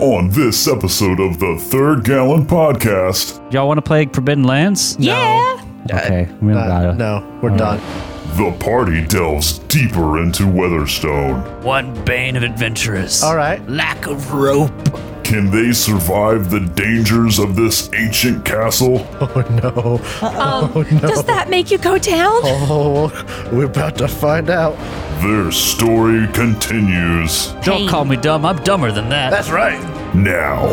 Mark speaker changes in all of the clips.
Speaker 1: on this episode of the Third Gallon Podcast,
Speaker 2: Y'all want to play Forbidden Lands?
Speaker 3: Yeah.
Speaker 2: Okay, we don't
Speaker 4: Uh,
Speaker 2: gotta.
Speaker 4: no, we're done.
Speaker 1: the party delves deeper into Weatherstone.
Speaker 2: One bane of adventurers.
Speaker 4: All right.
Speaker 2: Lack of rope.
Speaker 1: Can they survive the dangers of this ancient castle?
Speaker 4: Oh no.
Speaker 3: Um, Does that make you go down?
Speaker 4: Oh, we're about to find out.
Speaker 1: Their story continues
Speaker 2: Don't call me dumb. I'm dumber than that.
Speaker 4: That's right.
Speaker 1: now.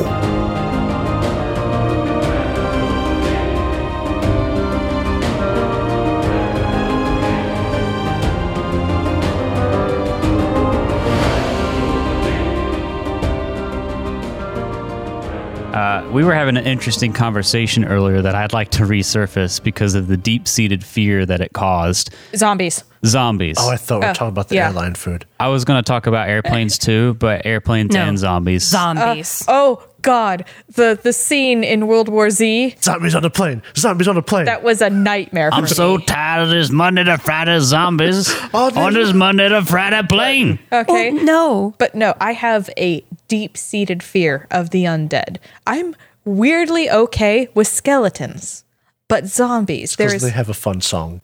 Speaker 2: Uh, we were having an interesting conversation earlier that I'd like to resurface because of the deep seated fear that it caused.
Speaker 5: Zombies.
Speaker 2: Zombies.
Speaker 4: Oh, I thought we were
Speaker 5: Oh,
Speaker 4: talking about the
Speaker 5: yeah.
Speaker 4: airline food.
Speaker 2: I was going to talk about airplanes too, but airplanes
Speaker 5: No.
Speaker 2: and zombies.
Speaker 5: Zombies.
Speaker 6: Oh God, the the scene in World War Z
Speaker 4: Zombies on a plane. Zombies on a plane.
Speaker 6: that was a nightmare. For
Speaker 2: I'm
Speaker 6: me.
Speaker 2: so tired of this Monday to Friday zombies on this Monday to Friday plane.
Speaker 6: okay.
Speaker 3: Well, Uh, oh, no.
Speaker 6: But no, I have a deep seated fear of the undead. I'm weirdly okay with skeletons, but zombies. There
Speaker 4: because
Speaker 6: is,
Speaker 4: they have a fun song.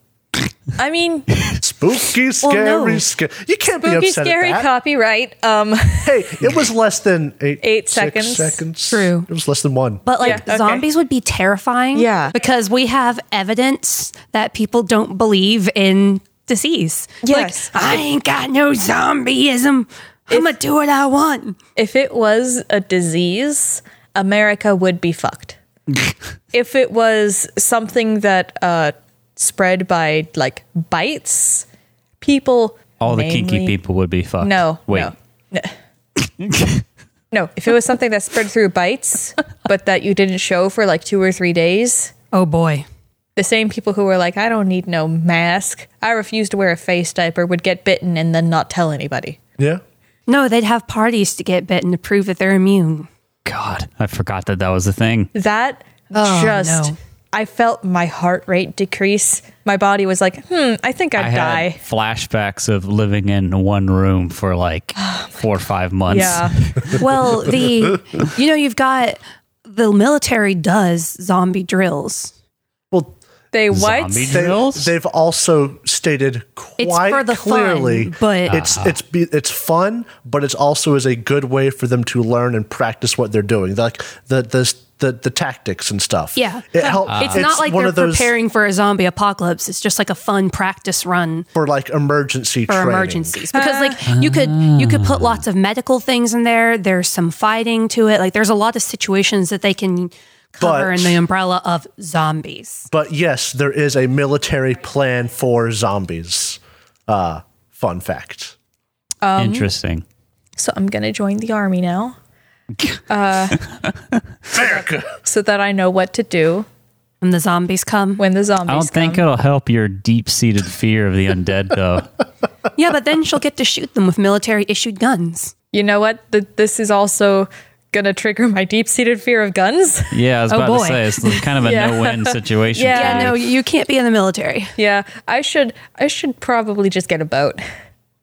Speaker 6: I mean,
Speaker 4: Spooky,
Speaker 6: Well,
Speaker 4: scary,
Speaker 6: Oh, no.
Speaker 4: scary. You can't be
Speaker 6: spooky,
Speaker 4: upset
Speaker 6: scary
Speaker 4: at that.
Speaker 6: copyright. Um,
Speaker 4: hey, it was less than eight,
Speaker 6: Eight
Speaker 4: six
Speaker 6: seconds.
Speaker 4: seconds.
Speaker 3: True.
Speaker 4: It was less than one.
Speaker 3: But like
Speaker 6: Yeah, okay.
Speaker 3: zombies would be terrifying.
Speaker 6: Yeah.
Speaker 3: Because we have evidence that people don't believe in disease.
Speaker 6: Yes.
Speaker 3: Like, I ain't got no zombieism. I'm gonna do what I want.
Speaker 6: if it was a disease, America would be fucked. if it was something that uh, spread by like bites, people
Speaker 2: All the kinky
Speaker 6: mainly-
Speaker 2: people would be fucked.
Speaker 6: No,
Speaker 2: Wait.
Speaker 6: no. No, if it was something that spread through bites, but that you didn't show for like two or three days,
Speaker 3: Oh boy.
Speaker 6: the same people who were like, I don't need no mask, I refuse to wear a face diaper, would get bitten and then not tell anybody.
Speaker 4: yeah.
Speaker 3: No, they'd have parties to get bitten to prove that they're immune.
Speaker 2: God, I forgot that that was a thing.
Speaker 6: That
Speaker 3: Oh,
Speaker 6: just,
Speaker 3: no.
Speaker 6: I felt my heart rate decrease. My body was like, hmm, I think I'd
Speaker 2: I
Speaker 6: die.
Speaker 2: had flashbacks of living in one room for like four or five months.
Speaker 6: Yeah.
Speaker 3: Well, the you know, you've got the military does zombie drills.
Speaker 4: Well,
Speaker 6: They what?
Speaker 2: Zombie
Speaker 4: they,
Speaker 2: drills?
Speaker 4: they've also stated
Speaker 3: It's
Speaker 4: quite
Speaker 3: for the fun,
Speaker 4: clearly,
Speaker 3: but-
Speaker 4: it's
Speaker 2: Ah.
Speaker 4: it's be, it's fun, but it's also is a good way for them to learn and practice what they're doing, like the the the, the tactics and stuff.
Speaker 3: Yeah.
Speaker 4: it help,
Speaker 2: Ah.
Speaker 3: it's, not like
Speaker 4: one
Speaker 3: they're
Speaker 4: of those
Speaker 3: preparing for a zombie apocalypse. It's just like a fun practice run
Speaker 4: for like emergency
Speaker 3: for
Speaker 4: training.
Speaker 3: emergencies because like you could you could put lots of medical things in there. There's some fighting to it. Like there's a lot of situations that they can cover
Speaker 4: But-
Speaker 3: in the umbrella of zombies.
Speaker 4: But yes, there is a military plan for zombies. Uh, fun fact.
Speaker 2: Interesting.
Speaker 6: So I'm going to join the army now. Uh, so that I know what to do
Speaker 3: When the zombies come,
Speaker 6: when the zombies
Speaker 2: I don't think
Speaker 6: come.
Speaker 2: it'll help your deep seated fear of the undead, though.
Speaker 3: yeah, but then she'll get to shoot them with military issued guns.
Speaker 6: You know what? Th- this is also going to trigger my deep-seated fear of guns.
Speaker 2: Yeah, I was
Speaker 3: Oh,
Speaker 2: about to
Speaker 3: boy.
Speaker 2: say it's kind of a
Speaker 6: Yeah.
Speaker 2: no win situation.
Speaker 6: Yeah.
Speaker 2: for
Speaker 3: Yeah,
Speaker 2: you.
Speaker 3: no, you can't be in the military.
Speaker 6: Yeah, I should I should probably just get a boat.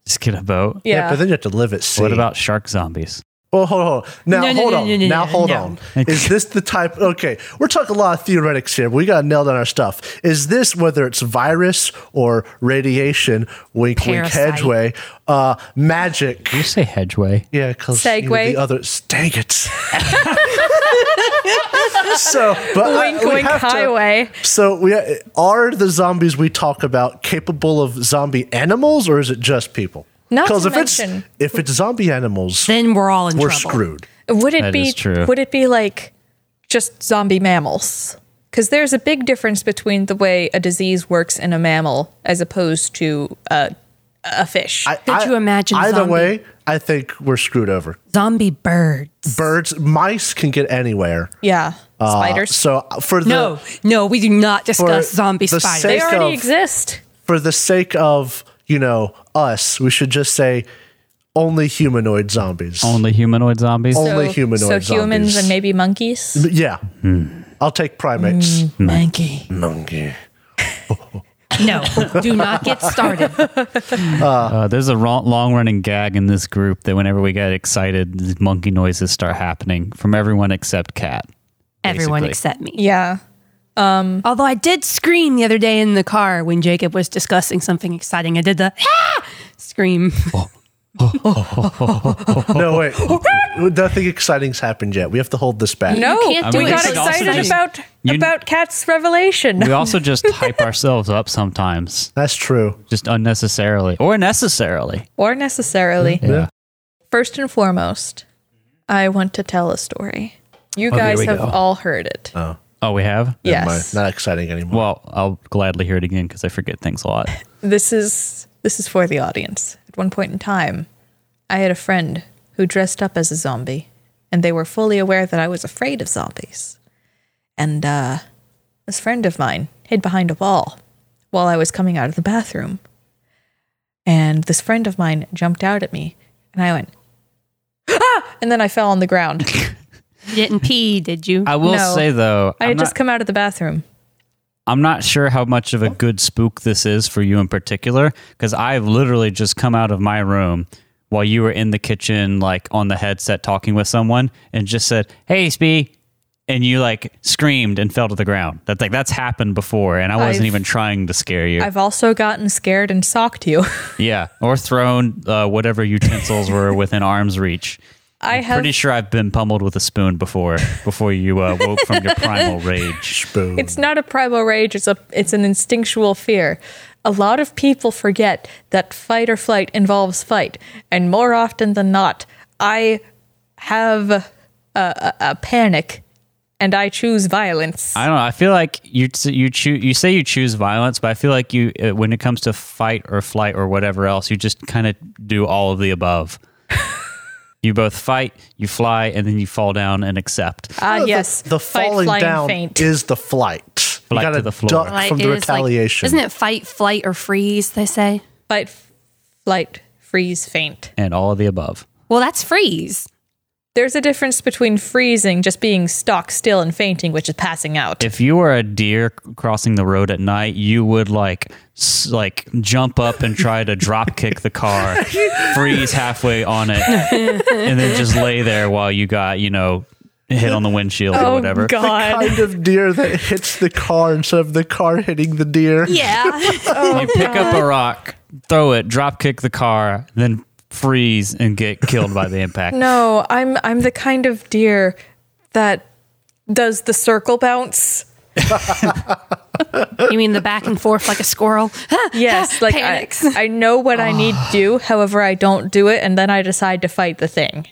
Speaker 2: Just get a boat.
Speaker 6: Yeah.
Speaker 4: but then you have to live at sea.
Speaker 2: What about shark zombies?
Speaker 4: Well, Oh, hold on. Now,
Speaker 3: No, no,
Speaker 4: hold
Speaker 3: no,
Speaker 4: on.
Speaker 3: no, no,
Speaker 4: now,
Speaker 3: no,
Speaker 4: hold
Speaker 3: no.
Speaker 4: on. Is this the type? Okay, we're talking a lot of theoretics here. But we got to nail down our stuff. Is this whether it's virus or radiation? Wink,
Speaker 3: Parasite.
Speaker 4: wink, hedgeway. Uh, magic.
Speaker 2: You say hedgeway.
Speaker 4: Yeah, because the
Speaker 6: Segway.
Speaker 4: other. Dang it. so, but I-
Speaker 6: Wink,
Speaker 4: we
Speaker 6: wink,
Speaker 4: have to-
Speaker 6: highway.
Speaker 4: so, we are the zombies we talk about capable of zombie animals, or is it just people?
Speaker 6: Not to
Speaker 4: if
Speaker 6: mention-
Speaker 4: it's if it's zombie animals,
Speaker 3: Then we're all in
Speaker 4: we're
Speaker 3: trouble.
Speaker 4: screwed.
Speaker 6: Would it
Speaker 2: That
Speaker 6: be
Speaker 2: is true.
Speaker 6: would it be like just zombie mammals? Because there's a big difference between the way a disease works in a mammal as opposed to uh, a fish.
Speaker 3: Could you imagine
Speaker 4: Either
Speaker 3: zombie-
Speaker 4: way, I think we're screwed over.
Speaker 3: Zombie birds.
Speaker 4: Birds, mice can get anywhere.
Speaker 6: yeah,
Speaker 2: Ah.
Speaker 4: Uh,
Speaker 6: spiders.
Speaker 4: So for the
Speaker 3: No, no, we do not discuss
Speaker 4: For
Speaker 3: zombie
Speaker 4: the
Speaker 3: spiders.
Speaker 4: sake
Speaker 6: they already
Speaker 4: of-
Speaker 6: exist.
Speaker 4: for the sake of you know us, we should just say only humanoid zombies.
Speaker 2: Only humanoid zombies?
Speaker 6: Oh.
Speaker 4: Only humanoid
Speaker 6: so
Speaker 4: zombies.
Speaker 6: humans and maybe monkeys.
Speaker 2: Hmm.
Speaker 3: Hmm.
Speaker 4: Yeah, I'll take primates.
Speaker 6: Monkey.
Speaker 4: Monkey.
Speaker 3: No, do not get started.
Speaker 2: Uh, there's a long running gag in this group that whenever we get excited, these monkey noises start happening from everyone except Cat.
Speaker 3: Everyone
Speaker 2: Basically.
Speaker 3: except me.
Speaker 6: Yeah.
Speaker 3: Although I did scream the other day in the car when Jacob was discussing something exciting. I did the "Ah!" scream.
Speaker 4: No, wait. Nothing exciting's happened yet. We have to hold this back.
Speaker 6: No,
Speaker 3: You can't
Speaker 2: do
Speaker 6: we
Speaker 2: it.
Speaker 6: got
Speaker 2: You also
Speaker 6: excited
Speaker 2: just-
Speaker 6: about
Speaker 2: you-
Speaker 6: about Cat's revelation.
Speaker 2: We also just hype ourselves up sometimes,
Speaker 4: That's true.
Speaker 2: just unnecessarily or necessarily.
Speaker 6: or necessarily.
Speaker 2: Yeah.
Speaker 6: First and foremost, I want to tell a story. You
Speaker 2: there
Speaker 6: guys
Speaker 2: we
Speaker 6: have
Speaker 2: go.
Speaker 6: all heard it.
Speaker 2: Oh, we have?
Speaker 4: Never
Speaker 6: yes.
Speaker 4: mind. Not exciting anymore.
Speaker 2: Well, I'll gladly hear it again because I forget things a lot.
Speaker 6: This is this is for the audience. At one point in time, I had a friend who dressed up as a zombie, and they were fully aware that I was afraid of zombies. And uh, this friend of mine hid behind a wall while I was coming out of the bathroom. And this friend of mine jumped out at me, and I went, ah! And then I fell on the ground.
Speaker 3: You didn't pee, did you?
Speaker 2: I will
Speaker 6: No.
Speaker 2: say, though,
Speaker 6: I
Speaker 2: I'm,
Speaker 6: had
Speaker 2: not,
Speaker 6: just Oh. come out of the bathroom.
Speaker 2: I'm not sure how much of a good spook this is for you in particular because I've literally just come out of my room while you were in the kitchen, like on the headset talking with someone, and just said, Hey, Spee. And you like screamed and fell to the ground. That's like, that's happened before. And I wasn't
Speaker 6: I've-
Speaker 2: even trying to scare you.
Speaker 6: I've also gotten scared and socked you.
Speaker 2: Yeah, or thrown uh, whatever utensils were within arm's reach.
Speaker 6: I have
Speaker 2: Pretty sure I've been pummeled with a spoon before. Before you uh, woke from your primal rage.
Speaker 4: Boom.
Speaker 6: It's not a primal rage, it's a it's an instinctual fear. A lot of people forget that fight or flight involves fight, and more often than not, I have a, a, a panic and I choose violence.
Speaker 2: I don't know. I feel like you t- you choose you say you choose violence, but I feel like you uh, when it comes to fight or flight or whatever else, you just kind of do all of the above. you both fight, you fly, and then you fall down and accept.
Speaker 6: Ah, yes.
Speaker 4: The falling
Speaker 6: flying,
Speaker 4: down
Speaker 6: faint.
Speaker 4: is the flight.
Speaker 2: Flight
Speaker 4: you gotta
Speaker 2: to the floor.
Speaker 4: duck
Speaker 3: Like,
Speaker 4: from
Speaker 3: it
Speaker 4: the
Speaker 3: is like-
Speaker 4: retaliation.
Speaker 3: isn't it fight, flight, or freeze? They say.
Speaker 6: fight, flight, freeze, faint.
Speaker 2: and all of the above.
Speaker 3: Well, that's freeze.
Speaker 6: There's a difference between freezing, just being stock still, and fainting, which is passing out.
Speaker 2: if you were a deer c- crossing the road at night, you would like s- like jump up and try to drop kick the car, freeze halfway on it, and then just lay there while you got you know hit on the windshield or whatever.
Speaker 6: Oh, God.
Speaker 4: kind of deer that hits the car instead of the car hitting the deer?
Speaker 3: Yeah.
Speaker 2: You pick up a rock, throw it, drop kick the car, then freeze and get killed by the impact.
Speaker 6: No, I'm I'm the kind of deer that does the circle bounce.
Speaker 3: you mean the back and forth like a squirrel?
Speaker 6: Yes, like I,
Speaker 3: Panics.
Speaker 6: I know what I need to do, however I don't do it and then I decide to fight the thing.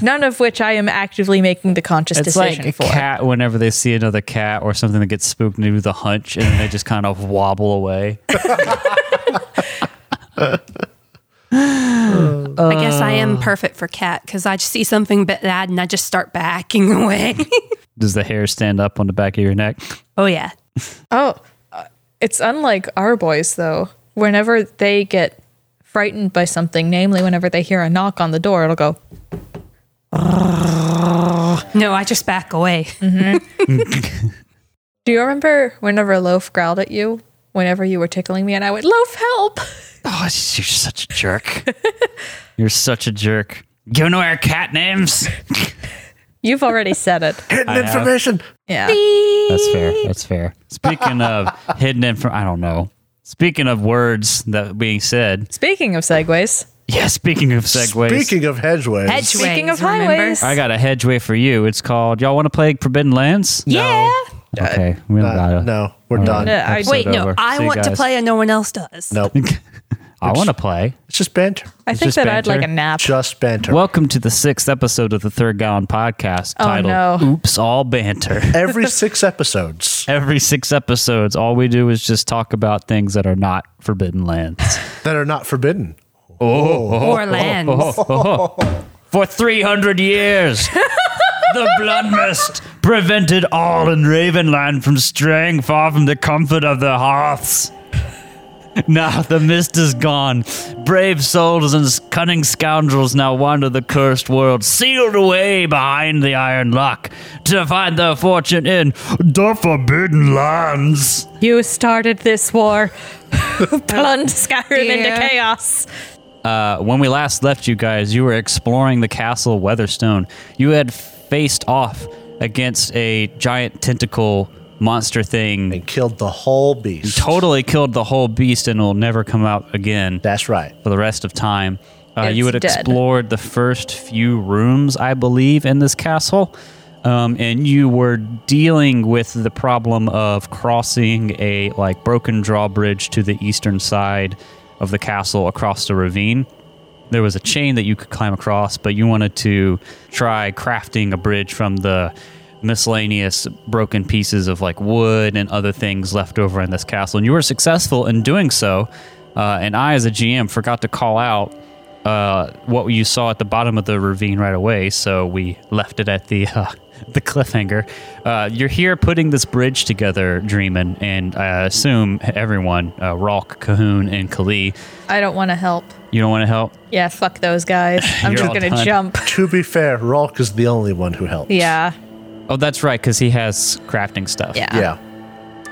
Speaker 6: None of which I am actively making the conscious
Speaker 2: It's like
Speaker 6: decision
Speaker 2: a
Speaker 6: for.
Speaker 2: cat whenever they see another cat or something that gets spooked and they do the hunch and then they just kind of wobble away.
Speaker 3: I guess I
Speaker 2: Uh.
Speaker 3: am perfect for cat because I just see something bad and I just start backing away.
Speaker 2: Does the hair stand up on the back of your neck?
Speaker 3: oh yeah.
Speaker 6: Oh, uh, it's unlike our boys though. Whenever they get frightened by something, namely whenever they hear a knock on the door, it'll go
Speaker 3: No, I just back away.
Speaker 6: Do you remember whenever Loaf growled at you? Whenever you were tickling me and I went, Loaf, help!
Speaker 2: Oh, you're such a jerk. you're such a jerk. Giving away our cat names.
Speaker 6: You've already said it.
Speaker 4: Hidden
Speaker 2: have-
Speaker 4: information.
Speaker 6: Yeah.
Speaker 2: That's fair. That's fair. Speaking of hidden in from, I don't know. Speaking of words that being said,
Speaker 6: Speaking of segues,
Speaker 2: yeah. Speaking of segues,
Speaker 4: Speaking of hedgeways,
Speaker 3: Hedgeways,
Speaker 6: Speaking of
Speaker 3: remember?
Speaker 6: highways.
Speaker 2: I got a hedgeway for you. It's called. Y'all want to play Forbidden Lands?
Speaker 3: Yeah.
Speaker 2: Okay, we don't
Speaker 4: Uh,
Speaker 2: gotta.
Speaker 4: no, we're
Speaker 2: All right.
Speaker 4: done.
Speaker 6: No, I,
Speaker 2: Episode
Speaker 3: Wait, no,
Speaker 2: over.
Speaker 3: I
Speaker 2: See you
Speaker 3: want to
Speaker 2: guys.
Speaker 3: play and no one else does.
Speaker 4: Nope.
Speaker 2: I want to play.
Speaker 4: It's just banter.
Speaker 6: I think
Speaker 2: just
Speaker 6: that I'd like
Speaker 2: banter.
Speaker 6: a nap.
Speaker 4: Just banter.
Speaker 2: Welcome to the sixth episode of the Third Gallon Podcast, titled
Speaker 6: no.
Speaker 2: "Oops, All Banter."
Speaker 4: Every six episodes.
Speaker 2: Every six episodes, all we do is just talk about things that are not Forbidden Lands.
Speaker 4: that are not forbidden.
Speaker 3: Or
Speaker 2: Oh,
Speaker 3: lands.
Speaker 2: For 300 years, the blood mist prevented all in Ravenland from straying far from the comfort of their hearths. Now the mist is gone. Brave souls and cunning scoundrels now wander the cursed world, sealed away behind the iron lock, to find their fortune in the forbidden lands.
Speaker 6: You started this war. Plunge Skyrim into
Speaker 3: Yeah.
Speaker 6: chaos.
Speaker 2: Uh, when we last left you guys, you were exploring the castle Weatherstone. You had faced off against a giant tentacle monster thing,
Speaker 4: and killed the whole beast.
Speaker 2: totally killed the whole beast, and will never come out again.
Speaker 4: That's right.
Speaker 2: for the rest of time. Uh, you
Speaker 6: It's
Speaker 2: had
Speaker 6: dead.
Speaker 2: explored the first few rooms, I believe, in this castle, um, and you were dealing with the problem of crossing a like broken drawbridge to the eastern side of the castle across the ravine. There was a chain that you could climb across, but you wanted to try crafting a bridge from the miscellaneous broken pieces of like wood and other things left over in this castle. And you were successful in doing so. Uh, and I, as a GM, forgot to call out uh, what you saw at the bottom of the ravine right away, so we left it at the uh, the cliffhanger. Uh, you're here putting this bridge together, Dreamin', and I assume everyone, uh, Ralk, Cahoon, and Kali.
Speaker 6: I don't want to help.
Speaker 2: You don't want to help?
Speaker 6: Yeah, fuck those guys. I'm
Speaker 2: You're
Speaker 6: just
Speaker 2: all
Speaker 6: gonna
Speaker 2: done.
Speaker 6: jump.
Speaker 4: To be fair, Rolk is the only one who helped.
Speaker 6: Yeah,
Speaker 2: Oh, that's right, because he has crafting stuff.
Speaker 6: yeah.
Speaker 4: Yeah.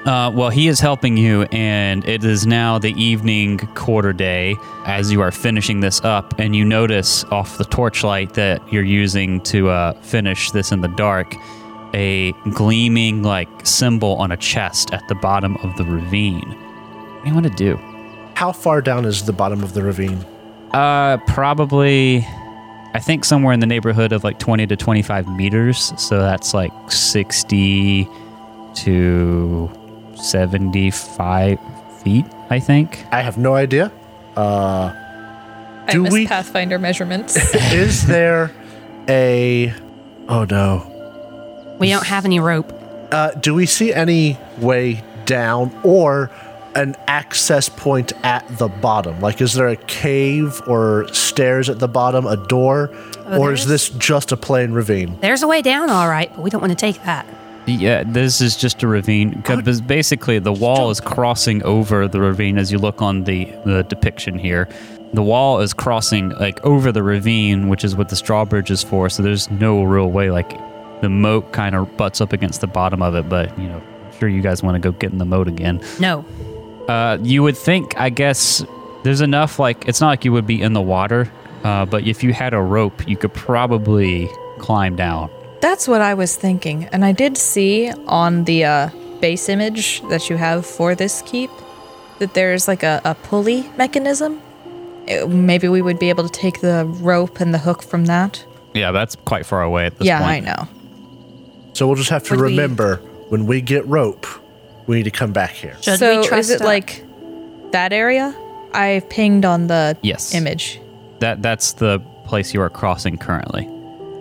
Speaker 2: Uh, well, he is helping you, and it is now the evening quarter day as you are finishing this up, and you notice off the torchlight that you're using to uh, finish this in the dark a gleaming like symbol on a chest at the bottom of the ravine. What do you want to do?
Speaker 4: How far down is the bottom of the ravine?
Speaker 2: Uh, probably, I think somewhere in the neighborhood of like 20 to 25 meters. So that's like 60 to 75 feet, I think.
Speaker 4: I have no idea. Uh,
Speaker 6: I
Speaker 4: Do
Speaker 6: miss
Speaker 4: we-
Speaker 6: Pathfinder measurements.
Speaker 4: is there a. Oh no.
Speaker 3: We don't have any rope.
Speaker 4: Uh, do we see any way down or an access point at the bottom? Like, is there a cave or stairs at the bottom, a door? or is this just a plain ravine?
Speaker 3: There's a way down, all right, but we don't want to take that.
Speaker 2: Yeah, this is just a ravine. 'Cause basically, the wall is crossing over the ravine as you look on the, the depiction here. The wall is crossing like over the ravine, which is what the drawbridge is for. So there's no real way. Like the moat kind of butts up against the bottom of it, but you know, I'm sure you guys want to go get in the moat again.
Speaker 3: No.
Speaker 2: Uh, you would think, I guess, there's enough. Like it's not like you would be in the water, uh, but if you had a rope, you could probably climb down.
Speaker 6: That's what I was thinking. And I did see on the uh, base image that you have for this keep that there's like a, a pulley mechanism. Uh, maybe we would be able to take the rope and the hook from that.
Speaker 2: Yeah, that's quite far away at this
Speaker 6: yeah,
Speaker 2: point.
Speaker 6: I know.
Speaker 4: So we'll just have to
Speaker 3: Would we-
Speaker 4: remember when we get rope, we need to come back here.
Speaker 3: Should
Speaker 6: so
Speaker 3: we trust
Speaker 6: is it
Speaker 3: a-
Speaker 6: like that area? I pinged on the
Speaker 2: Yes.
Speaker 6: image.
Speaker 2: That that's the place you are crossing currently.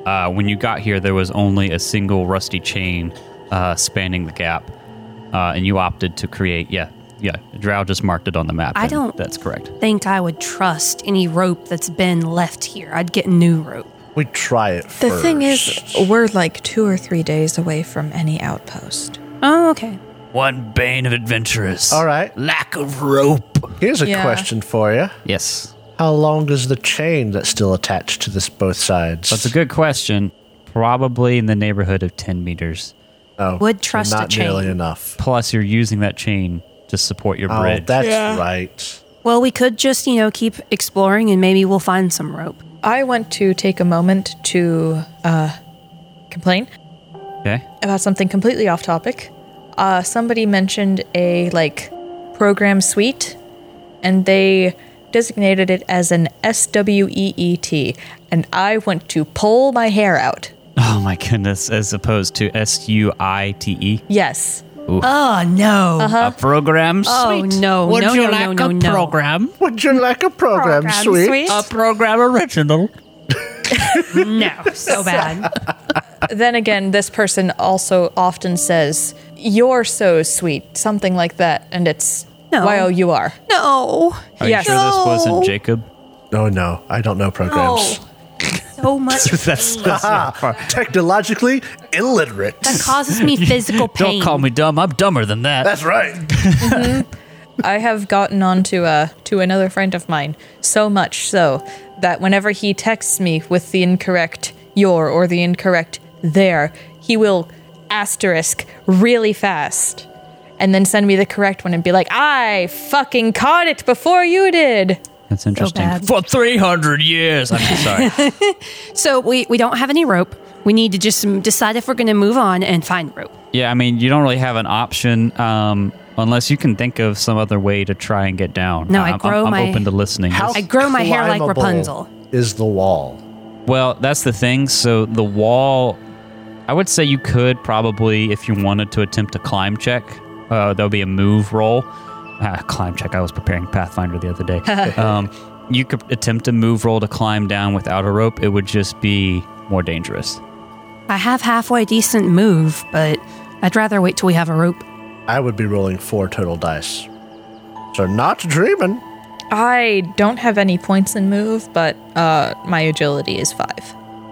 Speaker 2: Uh, when you got here, there was only a single rusty chain uh, spanning the gap, uh, and you opted to create. Yeah, yeah. Drow just marked it on the map.
Speaker 3: I
Speaker 2: and
Speaker 3: don't-
Speaker 2: That's correct.
Speaker 3: think I would trust any rope that's been left here. I'd get new rope.
Speaker 4: We try it
Speaker 6: The
Speaker 4: first.
Speaker 6: thing is, we're like two or three days away from any outpost.
Speaker 3: Oh, okay.
Speaker 2: One bane of adventurers.
Speaker 4: All right.
Speaker 2: Lack of rope.
Speaker 4: Here's a
Speaker 6: Yeah.
Speaker 4: question for you.
Speaker 2: Yes,
Speaker 4: How long is the chain that's still attached to this both sides?
Speaker 2: that's a good question. Probably in the neighborhood of ten meters.
Speaker 4: oh,
Speaker 3: Would trust a
Speaker 4: not nearly
Speaker 3: chain.
Speaker 4: enough.
Speaker 2: Plus, you're using that chain to support your
Speaker 4: Oh,
Speaker 2: bridge.
Speaker 4: that's right.
Speaker 3: Well, we could just, you know, keep exploring and maybe we'll find some rope.
Speaker 6: I want to take a moment to uh, complain.
Speaker 2: okay.
Speaker 6: about something completely off topic. Uh, somebody mentioned a like program suite, and they designated it as an SWEET, E and I want to pull my hair out.
Speaker 2: Oh my goodness. As opposed to S U I T E.
Speaker 6: Yes,
Speaker 3: Oh, no.
Speaker 2: A program
Speaker 3: Oh,
Speaker 2: suite.
Speaker 3: no,
Speaker 2: Uh, Would
Speaker 3: no,
Speaker 2: you
Speaker 3: no,
Speaker 2: like
Speaker 3: no, no,
Speaker 2: a
Speaker 3: no.
Speaker 2: program?
Speaker 4: Would you like a program, sweet?
Speaker 2: A program original.
Speaker 3: No, so bad.
Speaker 6: then again, this person also often says, You're so sweet, something like that, and it's
Speaker 3: No.
Speaker 6: Y O U R.
Speaker 3: No.
Speaker 2: Are
Speaker 6: Yes.
Speaker 2: you sure this wasn't
Speaker 3: No.
Speaker 2: Jacob?
Speaker 4: Oh no, I don't know programs.
Speaker 3: Oh, So much.
Speaker 2: That's, that's not far.
Speaker 4: Technologically illiterate.
Speaker 3: That causes me physical pain.
Speaker 2: Don't call me dumb. I'm dumber than that.
Speaker 4: That's right.
Speaker 6: I have gotten onto uh to another friend of mine so much so that whenever he texts me with the incorrect your or the incorrect there, he will asterisk really fast and then send me the correct one and be like, "I fucking caught it before you did."
Speaker 2: That's interesting.
Speaker 3: bad.
Speaker 2: For 300 years. I'm sorry.
Speaker 3: So we, we don't have any rope. We need to just um, decide if we're going to move on and find rope.
Speaker 2: Yeah, I mean, you don't really have an option um, unless you can think of some other way to try and get down. Um,
Speaker 3: No, I
Speaker 2: I'm-
Speaker 3: grow
Speaker 2: I'm,
Speaker 3: my-
Speaker 2: I'm open to listening.
Speaker 3: I grow my hair like
Speaker 4: climbable
Speaker 3: Rapunzel.
Speaker 4: Is the wall?
Speaker 2: Well, that's the thing. So the wall, I would say you could probably, if you wanted to attempt a climb check, uh, that would be a move roll. Ah, climb check. I was preparing Pathfinder the other day. um, you could attempt a move roll to climb down without a rope. It would just be more dangerous.
Speaker 3: I have halfway decent move, but I'd rather wait till we have a rope.
Speaker 4: I would be rolling four total dice. So not dreaming.
Speaker 6: I don't have any points in move, but uh my agility is 5.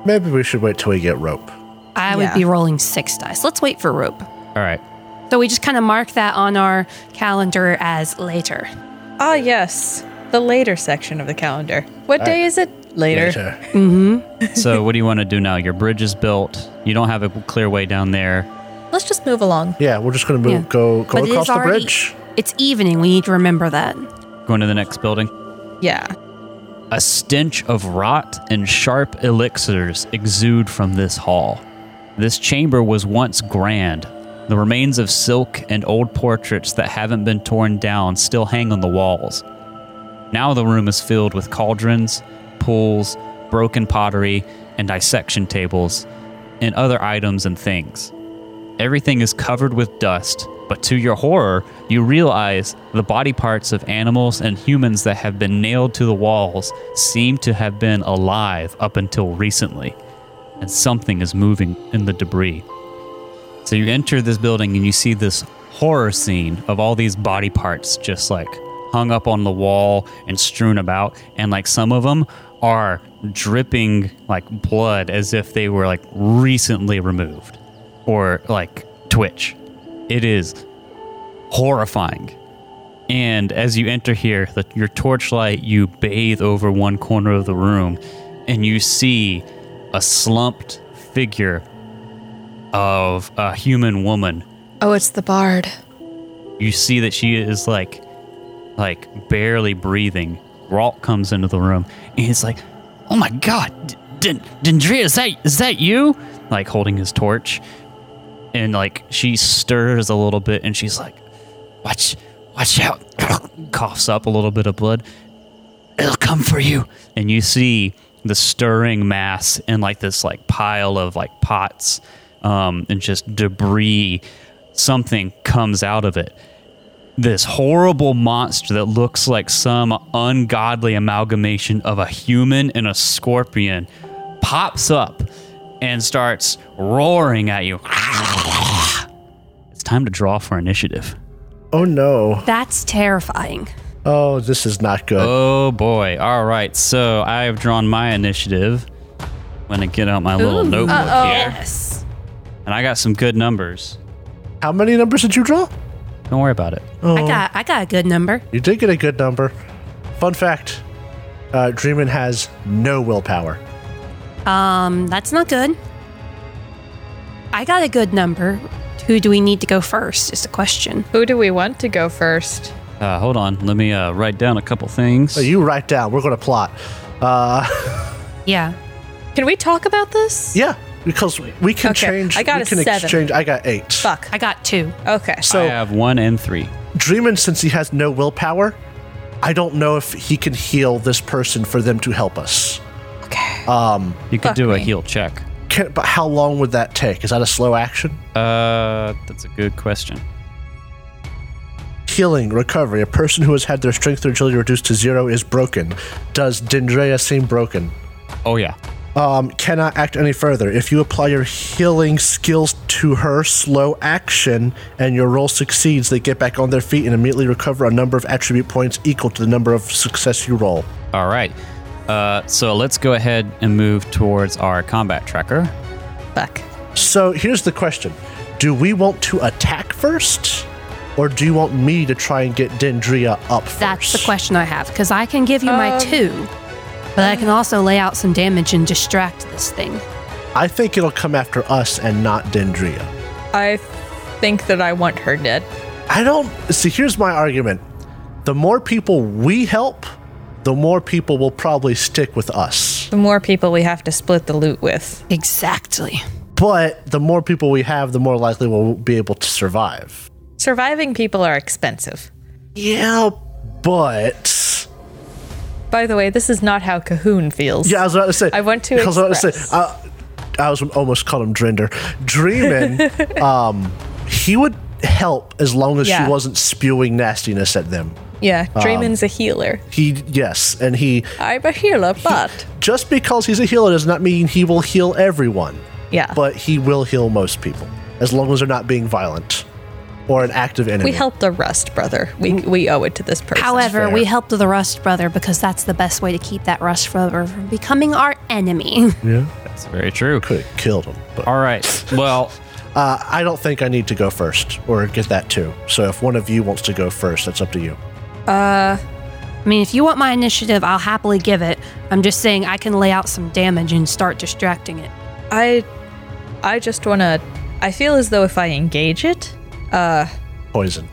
Speaker 4: Maybe we should wait till we get rope.
Speaker 3: I
Speaker 6: Yeah.
Speaker 3: would be rolling six dice. Let's wait for rope.
Speaker 2: All right.
Speaker 3: So we just kind of mark that on our calendar as later.
Speaker 6: Ah, yes. The later section of the calendar. What day is it? Later.
Speaker 4: Later.
Speaker 2: So what do you want to do now? Your bridge is built. You don't have a clear way down there.
Speaker 6: Let's just move along.
Speaker 4: Yeah, we're just gonna move,
Speaker 3: Yeah.
Speaker 4: go go
Speaker 3: But it is
Speaker 4: across the
Speaker 3: already-
Speaker 4: bridge.
Speaker 3: It's evening. We need to remember that.
Speaker 2: Going to the next building.
Speaker 6: Yeah.
Speaker 2: A stench of rot and sharp elixirs exude from this hall. This chamber was once grand. The remains of silk and old portraits that haven't been torn down still hang on the walls. Now the room is filled with cauldrons, pools, broken pottery, and dissection tables, and other items and things. Everything is covered with dust, but to your horror, you realize the body parts of animals and humans that have been nailed to the walls seem to have been alive up until recently, and something is moving in the debris. So you enter this building and you see this horror scene of all these body parts just like hung up on the wall and strewn about, and like some of them are dripping like blood as if they were like recently removed or like twitch. It is horrifying. And as you enter here, the, your torchlight, you bathe over one corner of the room and you see a slumped figure of a human woman.
Speaker 6: Oh, it's the bard.
Speaker 2: You see that she is like, like barely breathing. Ralt comes into the room and he's like, "Oh my god, D- D- Dendria, is that is that you?" Like holding his torch, and like she stirs a little bit and she's like, "Watch, watch out!" Coughs up a little bit of blood. It'll come for you. And you see the stirring mass and like this like pile of like pots um, and just debris. Something comes out of it this horrible monster that looks like some ungodly amalgamation of a human and a scorpion pops up and starts roaring at you. It's time to draw for initiative.
Speaker 4: Oh no.
Speaker 3: That's terrifying.
Speaker 4: Oh, this is not good.
Speaker 2: Oh boy. All right. So I have drawn my initiative. I'm going to get out my little notebook here.
Speaker 3: Yes.
Speaker 2: And I got some good numbers.
Speaker 4: How many numbers did you draw?
Speaker 2: Don't worry about it.
Speaker 3: I got I got a good number.
Speaker 4: You did get a good number. Fun fact: uh, Dreamin has no willpower.
Speaker 3: Um, that's not good. I got a good number. Who do we need to go first? Is the question.
Speaker 6: Who do we want to go first?
Speaker 2: Uh, hold on. Let me uh, write down a couple things.
Speaker 4: You write down. We're gonna plot. Uh,
Speaker 3: Yeah.
Speaker 6: Can we talk about this?
Speaker 4: yeah, because we can
Speaker 6: Okay,
Speaker 4: change.
Speaker 6: I got
Speaker 4: we
Speaker 6: a
Speaker 4: can
Speaker 6: seven.
Speaker 4: exchange. I got eight.
Speaker 6: Fuck.
Speaker 3: I got two.
Speaker 6: Okay.
Speaker 2: I
Speaker 4: So
Speaker 2: have one and three.
Speaker 4: Dreamin, since he has no willpower, I don't know if he can heal this person for them to help us.
Speaker 6: Okay.
Speaker 2: You could
Speaker 6: Fuck
Speaker 2: do a
Speaker 6: me.
Speaker 2: heal check.
Speaker 4: Can, but how long would that take? Is that a slow action?
Speaker 2: Uh, that's a good question.
Speaker 4: Healing, recovery. A person who has had their strength or agility reduced to zero is broken. Does Dendrea seem broken?
Speaker 2: Oh yeah.
Speaker 4: Um, cannot act any further. If you apply your healing skills to her slow action and your roll succeeds, they get back on their feet and immediately recover a number of attribute points equal to the number of success you roll.
Speaker 2: All right. Uh, so let's go ahead and move towards our combat tracker.
Speaker 6: Fuck.
Speaker 4: So here's the question Do we want to attack first? or do you want me to try and get Dendria up first?
Speaker 3: That's the question I have because I can give you
Speaker 4: Um,
Speaker 3: my two, but I can also lay out some damage and distract this thing.
Speaker 4: I think it'll come after us and not Dendria.
Speaker 6: I think that I want her dead.
Speaker 4: I don't see. Here's my argument: the more people we help, the more people will probably stick with us.
Speaker 6: The more people we have to split the loot with.
Speaker 3: Exactly.
Speaker 4: But the more people we have, the more likely we'll be able to survive.
Speaker 6: Surviving people are expensive.
Speaker 4: Yeah, but
Speaker 6: By the way, this is not how Cahoon feels.
Speaker 4: yeah, I was about to say.
Speaker 6: I want to
Speaker 4: I was about to
Speaker 6: express.
Speaker 4: say. Uh, I was almost called him Drinder. Dreamin, um, he would help as long as
Speaker 6: Yeah.
Speaker 4: she wasn't spewing nastiness at them.
Speaker 6: yeah,
Speaker 4: Um,
Speaker 6: Drayman's a healer.
Speaker 4: He yes, and he
Speaker 6: I'm a healer, but
Speaker 4: just because he's a healer does not mean he will heal everyone,
Speaker 6: yeah,
Speaker 4: but he will heal most people as long as they're not being violent or an active enemy.
Speaker 6: we helped the Rust brother. We
Speaker 4: Mm.
Speaker 6: we owe it to this person.
Speaker 3: However, we
Speaker 4: fair.
Speaker 3: helped the Rust brother because that's the best way to keep that Rust brother from becoming our enemy.
Speaker 4: Mm.
Speaker 2: That's very true.
Speaker 4: could have killed him. But
Speaker 2: All right. Well,
Speaker 4: uh, I don't think I need to go first or get that too. So if one of you wants to go first, that's up to you.
Speaker 3: I mean, if you want my initiative, I'll happily give it. I'm just saying I can lay out some damage and start distracting it.
Speaker 6: I I just wanna. I feel as though if I engage it,
Speaker 4: Poison.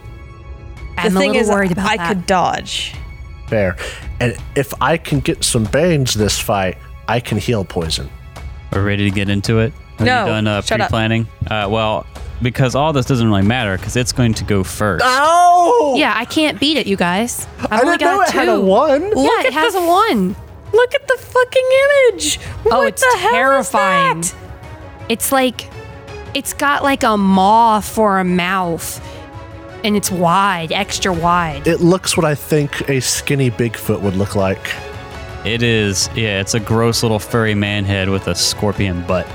Speaker 3: I'm
Speaker 6: the
Speaker 3: a
Speaker 6: thing
Speaker 3: little
Speaker 6: is,
Speaker 3: worried about
Speaker 6: I
Speaker 3: that.
Speaker 6: could dodge.
Speaker 4: Fair. And if I can get some Banes this fight, I can heal poison.
Speaker 2: we're ready to get into it. Have
Speaker 6: No,
Speaker 2: you done uh,
Speaker 6: shut up.
Speaker 2: pre-planning? Uh, well, because all this doesn't really matter because it's going to go first.
Speaker 6: Ah!
Speaker 4: Oh!
Speaker 3: yeah, I can't beat it, you guys. I've
Speaker 4: I
Speaker 3: only
Speaker 4: didn't know
Speaker 3: got
Speaker 4: it
Speaker 3: a two.
Speaker 4: had a one.
Speaker 3: Yeah, it has a one.
Speaker 6: Look at the fucking image.
Speaker 3: Oh,
Speaker 6: what
Speaker 3: it's
Speaker 6: the Hell
Speaker 3: terrifying.
Speaker 6: is that?
Speaker 3: It's like it's got like a maw for a mouth. And it's wide, extra wide.
Speaker 4: It looks what I think a skinny Bigfoot would look like.
Speaker 2: It is. Yeah, it's a gross little furry man head with a scorpion butt.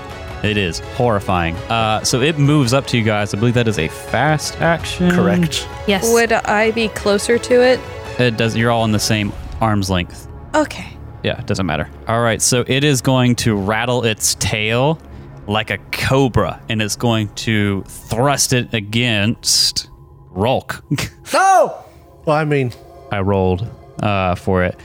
Speaker 2: It is horrifying. Uh, so it moves up to you guys. I believe that is a fast action.
Speaker 4: Correct.
Speaker 2: Mm.
Speaker 3: yes.
Speaker 6: Would I be closer to it?
Speaker 2: It does. You're all in the same arm's length.
Speaker 6: Okay.
Speaker 2: Yeah, it doesn't matter. All right, so it is going to rattle its tail like a cobra, and it's going to thrust it against Rolk.
Speaker 4: No! Well, I mean,
Speaker 2: I rolled uh, for it.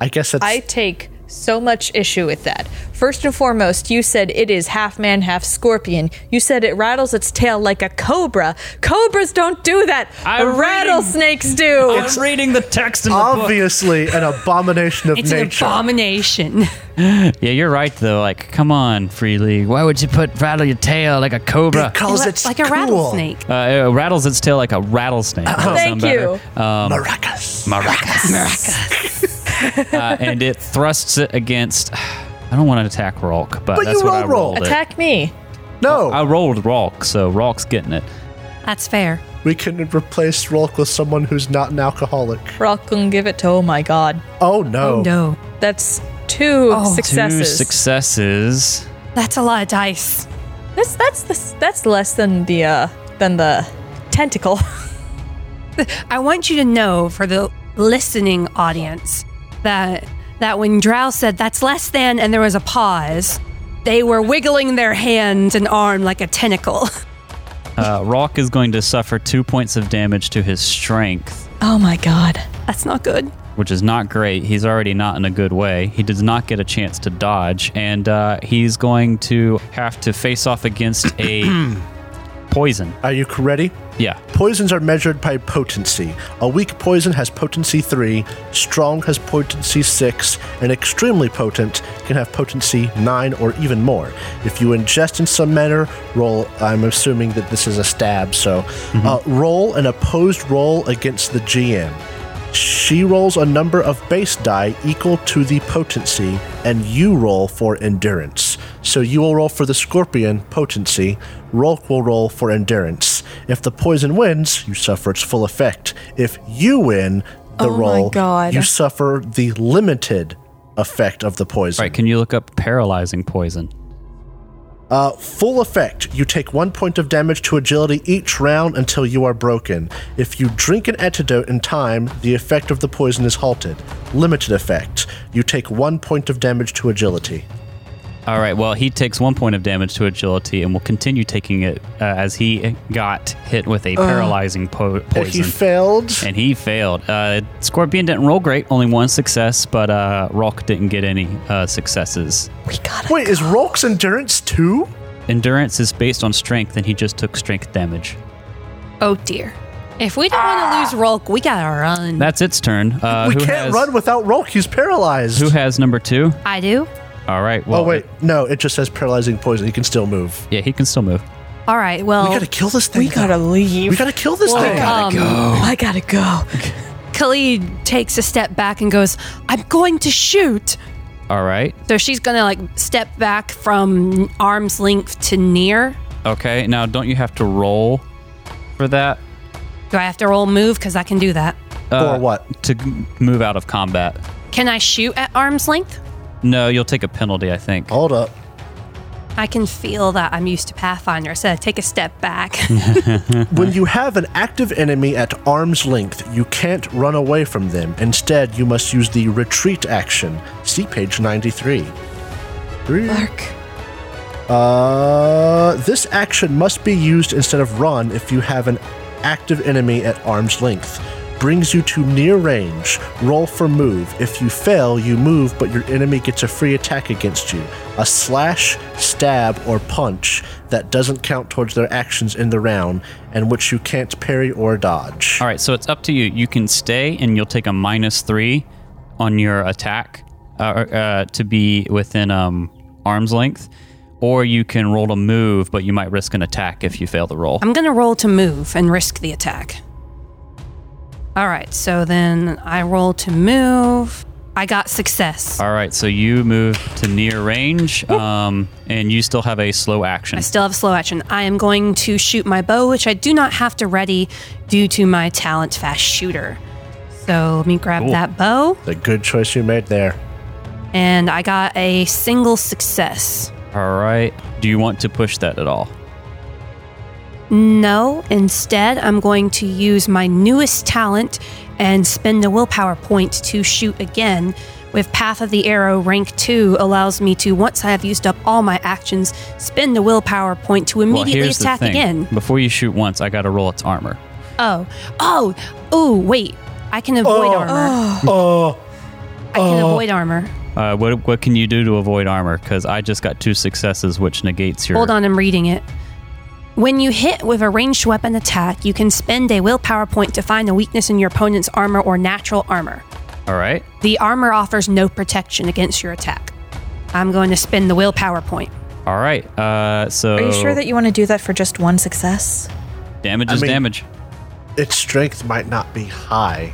Speaker 4: I guess that's.
Speaker 6: I take so much issue with that. First and foremost, you said it is half man, half scorpion. You said it rattles its tail like a cobra. Cobras don't do that.
Speaker 2: I'm reading-
Speaker 6: Rattlesnakes do.
Speaker 2: I'm reading the text in the book.
Speaker 4: obviously an abomination of
Speaker 3: it's an
Speaker 4: nature.
Speaker 3: abomination.
Speaker 2: Yeah, you're right though. Like, come on, Free League. Why would you put rattle your tail like a cobra?
Speaker 4: because it's
Speaker 3: like a
Speaker 4: Oh, cool.
Speaker 3: rattlesnake.
Speaker 2: Uh, it rattles its tail like a rattlesnake. Does that sound
Speaker 6: Thank
Speaker 2: better? Um,
Speaker 6: you.
Speaker 3: Um,
Speaker 4: Maracas.
Speaker 2: Maracas. Uh, and it thrusts it against. I don't want to attack Rolk, but,
Speaker 4: But
Speaker 2: that's
Speaker 4: you
Speaker 2: what I
Speaker 4: rolled Rolk.
Speaker 2: rolled. it.
Speaker 6: Attack me.
Speaker 4: no,
Speaker 2: I rolled Rolk, so Rolk's getting it.
Speaker 3: That's fair.
Speaker 4: we can replace Rolk with someone who's not an alcoholic.
Speaker 6: Rock gonna give it to. Oh my god.
Speaker 4: Oh no.
Speaker 3: No.
Speaker 6: That's two
Speaker 2: Two
Speaker 6: successes.
Speaker 2: successes.
Speaker 3: That's a lot of dice.
Speaker 6: that's that's the, that's less than the uh than the tentacle.
Speaker 3: I want you to know for the listening audience that that when Drow said that's less than and there was a pause, they were wiggling their hand and arm like a tentacle.
Speaker 2: Uh, Rolk is going to suffer two points of damage to his strength,
Speaker 6: oh my god.
Speaker 3: That's not good.
Speaker 2: which is not great. He's already not in a good way. He does not get a chance to dodge, and uh, he's going to have to face off against a poison.
Speaker 4: Are you ready?
Speaker 2: Yeah.
Speaker 4: Poisons are measured by potency. A weak poison has potency 3, strong has potency 6, and extremely potent can have potency 9 or even more. If you ingest in some manner, roll. I'm assuming that this is a stab, so uh, roll an opposed roll against the GM. She rolls a number of base die equal to the potency, and you roll for endurance. So you will roll for the scorpion potency, Rolk will roll for endurance. If the poison wins, you suffer its full effect. If you win the
Speaker 6: Oh my
Speaker 4: roll,
Speaker 6: God.
Speaker 4: you suffer the limited effect of the poison.
Speaker 2: All right, can you look up paralyzing poison?
Speaker 4: Uh, full effect. You take one point of damage to agility each round until you are broken. If you drink an antidote in time, the effect of the poison is halted. Limited effect. You take one point of damage to agility.
Speaker 2: All right. Well, he takes one point of damage to agility and will continue taking it uh, as he got hit with a paralyzing po-
Speaker 4: And he
Speaker 2: poison.
Speaker 4: failed.
Speaker 2: and he failed. Uh, Scorpion didn't roll great, only one success, but uh, Rock didn't get any uh, successes.
Speaker 6: We got it.
Speaker 4: Wait, is Rock's endurance two?
Speaker 2: Endurance is based on strength, and he just took strength damage.
Speaker 3: Oh dear. If we don't want to lose Rolk, we gotta run.
Speaker 2: That's its turn. Uh,
Speaker 4: we
Speaker 2: who
Speaker 4: can't
Speaker 2: has,
Speaker 4: run without Rock. He's paralyzed.
Speaker 2: Who has number two?
Speaker 3: I do.
Speaker 2: All right. Well,
Speaker 4: oh wait, no. It just says paralyzing poison. He can still move.
Speaker 2: Yeah, he can still move.
Speaker 3: All right.
Speaker 4: We
Speaker 3: Well,
Speaker 4: gotta kill this thing.
Speaker 6: Oh, We gotta leave.
Speaker 4: We gotta kill this thing.
Speaker 3: um,
Speaker 6: I gotta go.
Speaker 3: Khalid takes a step back and goes, "I'm going to shoot."
Speaker 2: All right.
Speaker 3: So she's gonna like step back from arm's length to near.
Speaker 2: Okay. Now, don't you have to roll for that
Speaker 3: Do I have to roll move? Because I can do that.
Speaker 2: Uh,
Speaker 4: or what?
Speaker 2: to g- move out of combat?
Speaker 3: Can I shoot at arm's length?
Speaker 2: No, you'll take a penalty, I think.
Speaker 4: Hold up.
Speaker 3: I can feel that I'm used to Pathfinder, so I take a step back.
Speaker 4: When you have an active enemy at arm's length, you can't run away from them. Instead, you must use the retreat action. See page 93. Three.
Speaker 6: Lark.
Speaker 4: Uh, this action must be used instead of run if you have an active enemy at arm's length. Brings you to near range. Roll for move. If you fail, you move, but your enemy gets a free attack against you. A slash, stab, or punch that doesn't count towards their actions in the round, and which you can't parry or dodge.
Speaker 2: All right, so it's up to you. You can stay, and you'll take a minus three on your attack uh, or, uh, to be within um, arm's length, or you can roll to move, but you might risk an attack if you fail the roll.
Speaker 3: I'm gonna roll to move and risk the attack. All right, so then I roll to move. I got success.
Speaker 2: All right, so you move to near range, um, and you still have a slow action.
Speaker 3: I still have slow action. I am going to shoot my bow, which I do not have to ready due to my talent fast shooter. So let me grab that bow,
Speaker 4: The good choice you made there.
Speaker 3: and I got a single success.
Speaker 2: All right, do you want to push that at all?
Speaker 3: No, instead, I'm going to use my newest talent and spend a willpower point to shoot again. With Path of the Arrow, rank 2 allows me to, once I have used up all my actions, spend a willpower point to immediately
Speaker 2: well, here's
Speaker 3: attack
Speaker 2: the thing.
Speaker 3: again.
Speaker 2: Before you shoot once, I got to roll its armor.
Speaker 3: Oh, oh, oh, wait. I can avoid armor.
Speaker 4: Oh,
Speaker 3: I can avoid armor.
Speaker 2: Uh, what, what can you do to avoid armor? Because I just got two successes, which negates your.
Speaker 3: Hold on, I'm reading it. When you hit with a ranged weapon attack, you can spend a willpower point to find a weakness in your opponent's armor or natural armor.
Speaker 2: All right.
Speaker 3: The armor offers no protection against your attack. I'm going to spend the willpower point.
Speaker 2: All right. Uh, so
Speaker 6: Are you sure that you want to do that for just one success?
Speaker 2: damage is
Speaker 4: mean-
Speaker 2: damage?
Speaker 4: its strength might not be high.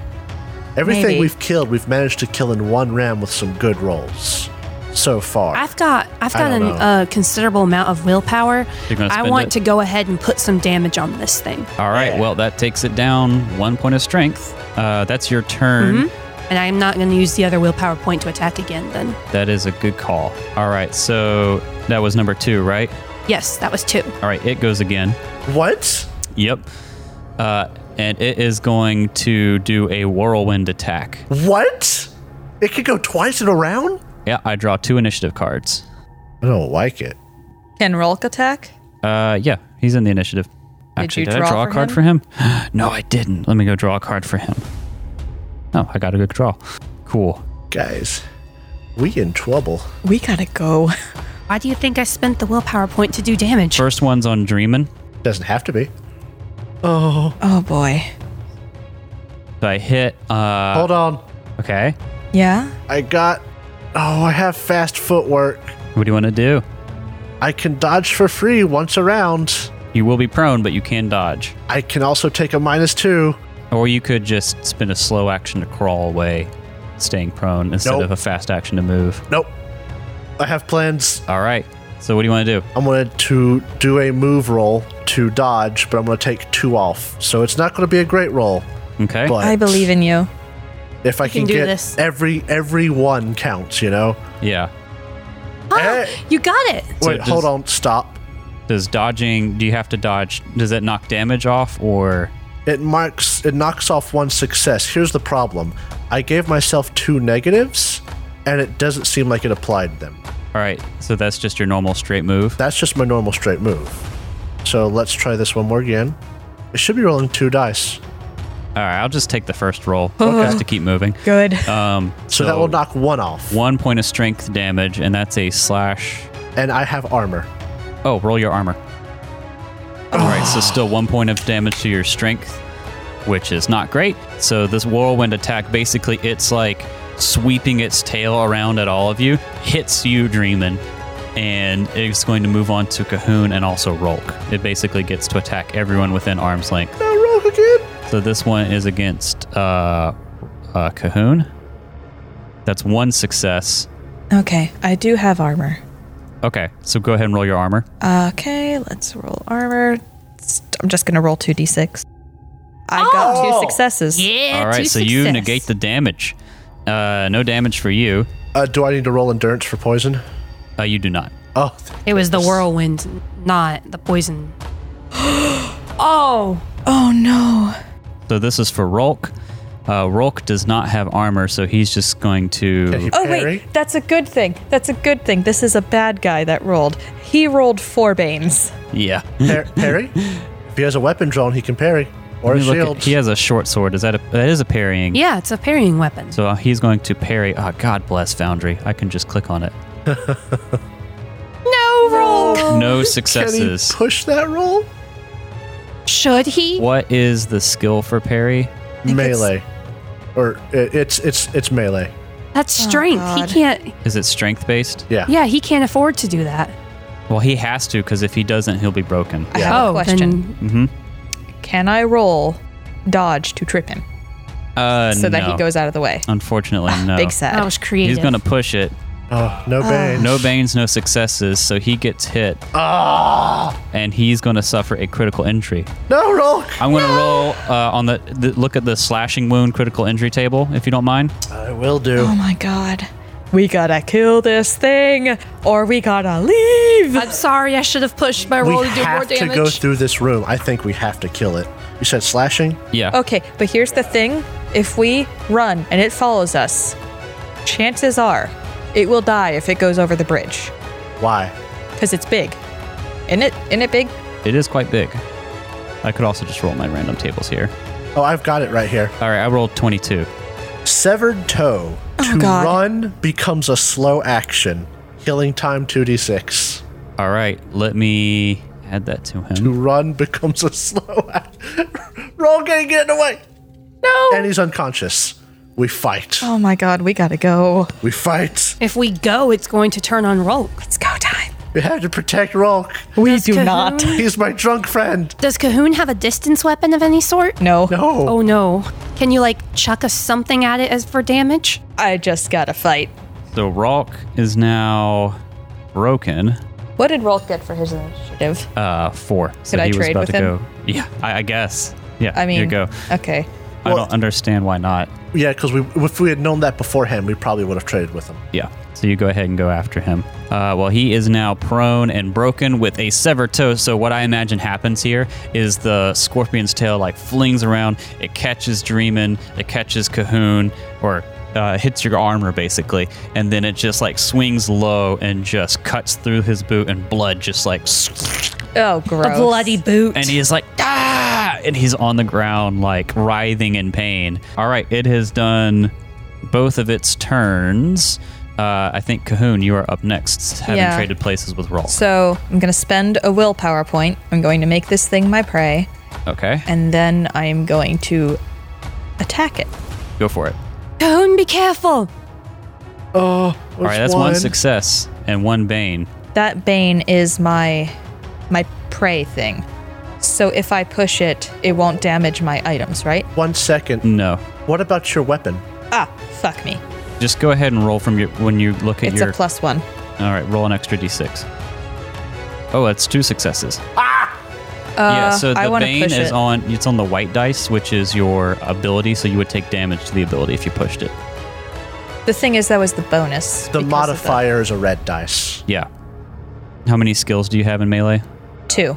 Speaker 4: Everything
Speaker 6: Maybe.
Speaker 4: we've killed, we've managed to kill in one round with some good rolls so far.
Speaker 3: I've got I've
Speaker 4: I
Speaker 3: got
Speaker 4: don't
Speaker 3: a uh, considerable amount of willpower.
Speaker 2: You're gonna
Speaker 3: I
Speaker 2: spend
Speaker 3: want
Speaker 2: it?
Speaker 3: to go ahead and put some damage on this thing.
Speaker 2: All right. Well, that takes it down one point of strength. Uh, that's your turn.
Speaker 3: And I'm not going to use the other willpower point to attack again then.
Speaker 2: That is a good call. All right. So that was number two, right?
Speaker 3: Yes, that was 2.
Speaker 2: All right. It goes again.
Speaker 4: what?
Speaker 2: Yep. Uh, and it is going to do a whirlwind attack.
Speaker 4: What? It could go twice in a round?
Speaker 2: Yeah, I draw two initiative cards.
Speaker 4: I don't like it.
Speaker 6: Can Rolk attack?
Speaker 2: Uh, yeah, he's in the initiative. Actually,
Speaker 6: you
Speaker 2: did, I
Speaker 6: draw
Speaker 2: draw a
Speaker 6: for
Speaker 2: card
Speaker 6: him?
Speaker 2: for him? no, I didn't. Let me go draw a card for him. Oh, I got a good draw. Cool.
Speaker 4: Guys, we in trouble.
Speaker 6: We gotta go.
Speaker 3: Why do you think I spent the willpower point to do damage?
Speaker 2: First one's on Dreamin'.
Speaker 4: Doesn't have to be.
Speaker 6: Oh boy.
Speaker 2: So I hit. Uh,
Speaker 4: Hold on.
Speaker 2: okay.
Speaker 6: Yeah?
Speaker 4: I got. Oh, I have fast footwork.
Speaker 2: What do you want to do?
Speaker 4: I can dodge for free once a round.
Speaker 2: You will be prone, but you can dodge.
Speaker 4: I can also take a minus two.
Speaker 2: Or you could just spin a slow action to crawl away, staying prone, instead
Speaker 4: Nope.
Speaker 2: of a fast action to move.
Speaker 4: Nope. I have plans.
Speaker 2: All right. So what do you want to do?
Speaker 4: I'm going to do a move roll to dodge, but I'm going to take two off. So it's not going to be a great roll.
Speaker 2: Okay.
Speaker 4: But
Speaker 6: I believe in you.
Speaker 4: if I
Speaker 3: can
Speaker 4: can,
Speaker 3: do
Speaker 4: get
Speaker 3: this.
Speaker 4: every every one counts, you know.
Speaker 2: Yeah.
Speaker 3: Ah,
Speaker 4: Eh.
Speaker 3: you got it.
Speaker 2: So
Speaker 4: Wait,
Speaker 2: does-
Speaker 4: hold on, stop.
Speaker 2: Does dodging? Do you have to dodge? Does it knock damage off or?
Speaker 4: It marks it knocks off one success. Here's the problem. I gave myself two negatives and it doesn't seem like it applied them.
Speaker 2: All right, so that's just your normal straight move.
Speaker 4: That's just my normal straight move. So let's try this one more again. It should be rolling two dice.
Speaker 2: All right, I'll just take the first roll just to keep moving.
Speaker 6: Good.
Speaker 2: Um,
Speaker 4: So, that will knock one off.
Speaker 2: one point of strength damage, and that's a slash.
Speaker 4: And I have armor.
Speaker 2: Oh, roll your armor. All right, so still one point of damage to your strength, which is not great. So this whirlwind attack, basically, it's like sweeping its tail around at all of you, hits you, Dreamin', and it's going to move on to Cahoon and also Rolk. It basically gets to attack everyone within arm's length.
Speaker 4: roll again.
Speaker 2: So this one is against uh, uh, Cahoon. That's one success.
Speaker 6: Okay, I do have armor.
Speaker 2: Okay, so go ahead and roll your armor.
Speaker 6: Okay, let's roll armor. S- I'm just gonna roll two d6. I got two successes.
Speaker 3: Oh. Yeah.
Speaker 2: All right, so you negate the damage. Uh, no damage for you.
Speaker 4: Uh, do I need to roll endurance for poison?
Speaker 2: Uh, you do not.
Speaker 4: Oh,
Speaker 3: It was the whirlwind, not the poison.
Speaker 6: Oh. Oh no.
Speaker 2: So this is for Rolk. Uh, Rolk does not have armor, so he's just going to.
Speaker 4: you
Speaker 6: Oh
Speaker 4: parry?
Speaker 6: wait, that's a good thing. That's a good thing. This is a bad guy that rolled. He rolled four banes.
Speaker 2: Yeah.
Speaker 4: Par- parry? if he has a weapon drawn, he can parry. Or a
Speaker 2: Let me look
Speaker 4: shield.
Speaker 2: at- he has a short sword. Is that a, that is a parrying?
Speaker 3: Yeah, it's a parrying weapon.
Speaker 2: So uh, he's going to parry. Oh, God bless Foundry. I can just click on it.
Speaker 3: no roll.
Speaker 2: No
Speaker 4: can he
Speaker 2: successes.
Speaker 4: push that roll?
Speaker 3: Should he?
Speaker 2: What is the skill for parry?
Speaker 4: Melee. Or it, it's it's it's melee.
Speaker 3: That's strength. he
Speaker 6: Oh, God.
Speaker 3: can't.
Speaker 2: Is it strength based?
Speaker 4: Yeah.
Speaker 3: Yeah, he can't afford to do that.
Speaker 2: Well, he has to because if he doesn't, he'll be broken.
Speaker 6: I have a
Speaker 3: oh,
Speaker 6: question.
Speaker 3: then
Speaker 6: Can I roll dodge to trip him
Speaker 2: Uh,
Speaker 6: so that
Speaker 2: no.
Speaker 6: he goes out of the way?
Speaker 2: Unfortunately, no.
Speaker 6: Big sad.
Speaker 3: that was creative.
Speaker 2: He's going to push it.
Speaker 4: Oh, no bane.
Speaker 2: No banes, no successes, so he gets hit. And he's going to suffer a critical injury.
Speaker 4: Ah! No roll.
Speaker 2: I'm going to roll uh, on the, the look at the slashing wound critical injury table, if you don't mind.
Speaker 4: I will do.
Speaker 6: Oh my god. We gotta kill this thing or we gotta leave.
Speaker 3: I'm sorry, I should have pushed my roll
Speaker 4: we
Speaker 3: to do more
Speaker 4: have to
Speaker 3: damage.
Speaker 4: go through this room. I think we have to kill it. You said slashing?
Speaker 2: Yeah.
Speaker 6: Okay, but here's the thing if we run and it follows us, chances are it will die if it goes over the bridge
Speaker 4: Why?
Speaker 6: because it's big. Isn't it? Isn't it big?
Speaker 2: It is quite big. I could also just roll my random tables here.
Speaker 4: Oh, I've got it right here.
Speaker 2: All right, I rolled 22.
Speaker 4: Severed toe. to
Speaker 6: God.
Speaker 4: run becomes a slow action. Healing time 2d6.
Speaker 2: All right, let me add that to
Speaker 4: To
Speaker 2: him.
Speaker 4: run becomes a slow action. Roll gang getting away.
Speaker 6: No.
Speaker 4: And he's unconscious. We fight.
Speaker 6: oh my god, we gotta go.
Speaker 4: We fight.
Speaker 3: if we go, it's going to turn on Rolk.
Speaker 6: It's go time.
Speaker 4: We have to protect Rolk.
Speaker 6: We do not.
Speaker 4: He's my drunk friend.
Speaker 3: Does Cahoon have a distance weapon of any sort?
Speaker 6: No,
Speaker 4: No.
Speaker 3: Oh no. Can you like chuck us something at it as for damage?
Speaker 6: I just gotta fight.
Speaker 2: So Rolk is now broken.
Speaker 6: What did Rolf get for his initiative?
Speaker 2: Uh, four. So
Speaker 6: Could I
Speaker 2: he was
Speaker 6: trade
Speaker 2: about
Speaker 6: with
Speaker 2: to
Speaker 6: him?
Speaker 2: go. Yeah, I, I guess. Yeah,
Speaker 6: I mean,
Speaker 2: you go.
Speaker 6: okay.
Speaker 2: I don't understand why not.
Speaker 4: Yeah, because we, if we had known that beforehand, we probably would have traded with him.
Speaker 2: Yeah. So you go ahead and go after him. Uh, well, he is now prone and broken with a severed toe. So what I imagine happens here is the scorpion's tail like flings around. It catches Dreamin. It catches Cahoon, or uh, hits your armor basically, and then it just like swings low and just cuts through his boot, and blood just like.
Speaker 6: Oh, gross.
Speaker 3: A bloody boot.
Speaker 2: And he is like, ah! And he's on the ground, like writhing in pain. All right, it has done both of its turns. Uh, I think Cahoon, you are up next, having
Speaker 6: Yeah.
Speaker 2: traded places with Rolf.
Speaker 6: So I'm gonna spend a willpower point. I'm going to make this thing my prey,
Speaker 2: okay,
Speaker 6: and then I am going to attack it.
Speaker 2: go for it.
Speaker 3: Cahoon, be careful.
Speaker 4: Oh,
Speaker 2: All right, that's one success and one bane.
Speaker 6: That bane is my my prey thing. So if I push it, it won't damage my items, right?
Speaker 4: One second.
Speaker 2: No,
Speaker 4: What about your weapon?
Speaker 6: Ah, fuck me.
Speaker 2: just go ahead and roll from your when you look at
Speaker 6: It's
Speaker 2: your.
Speaker 6: a plus one.
Speaker 2: All right, roll an extra d6. Oh, that's two successes. Ah! yeah, so
Speaker 6: Uh, I
Speaker 2: the
Speaker 6: wanna
Speaker 2: bane
Speaker 6: push
Speaker 2: is
Speaker 6: it.
Speaker 2: on. It's on the white dice, which is your ability. So you would take damage to the ability if you pushed it.
Speaker 6: The thing is, that was the bonus.
Speaker 4: The
Speaker 6: because of
Speaker 4: modifier is a red dice.
Speaker 2: Yeah. How many skills do you have in melee?
Speaker 6: the- Two.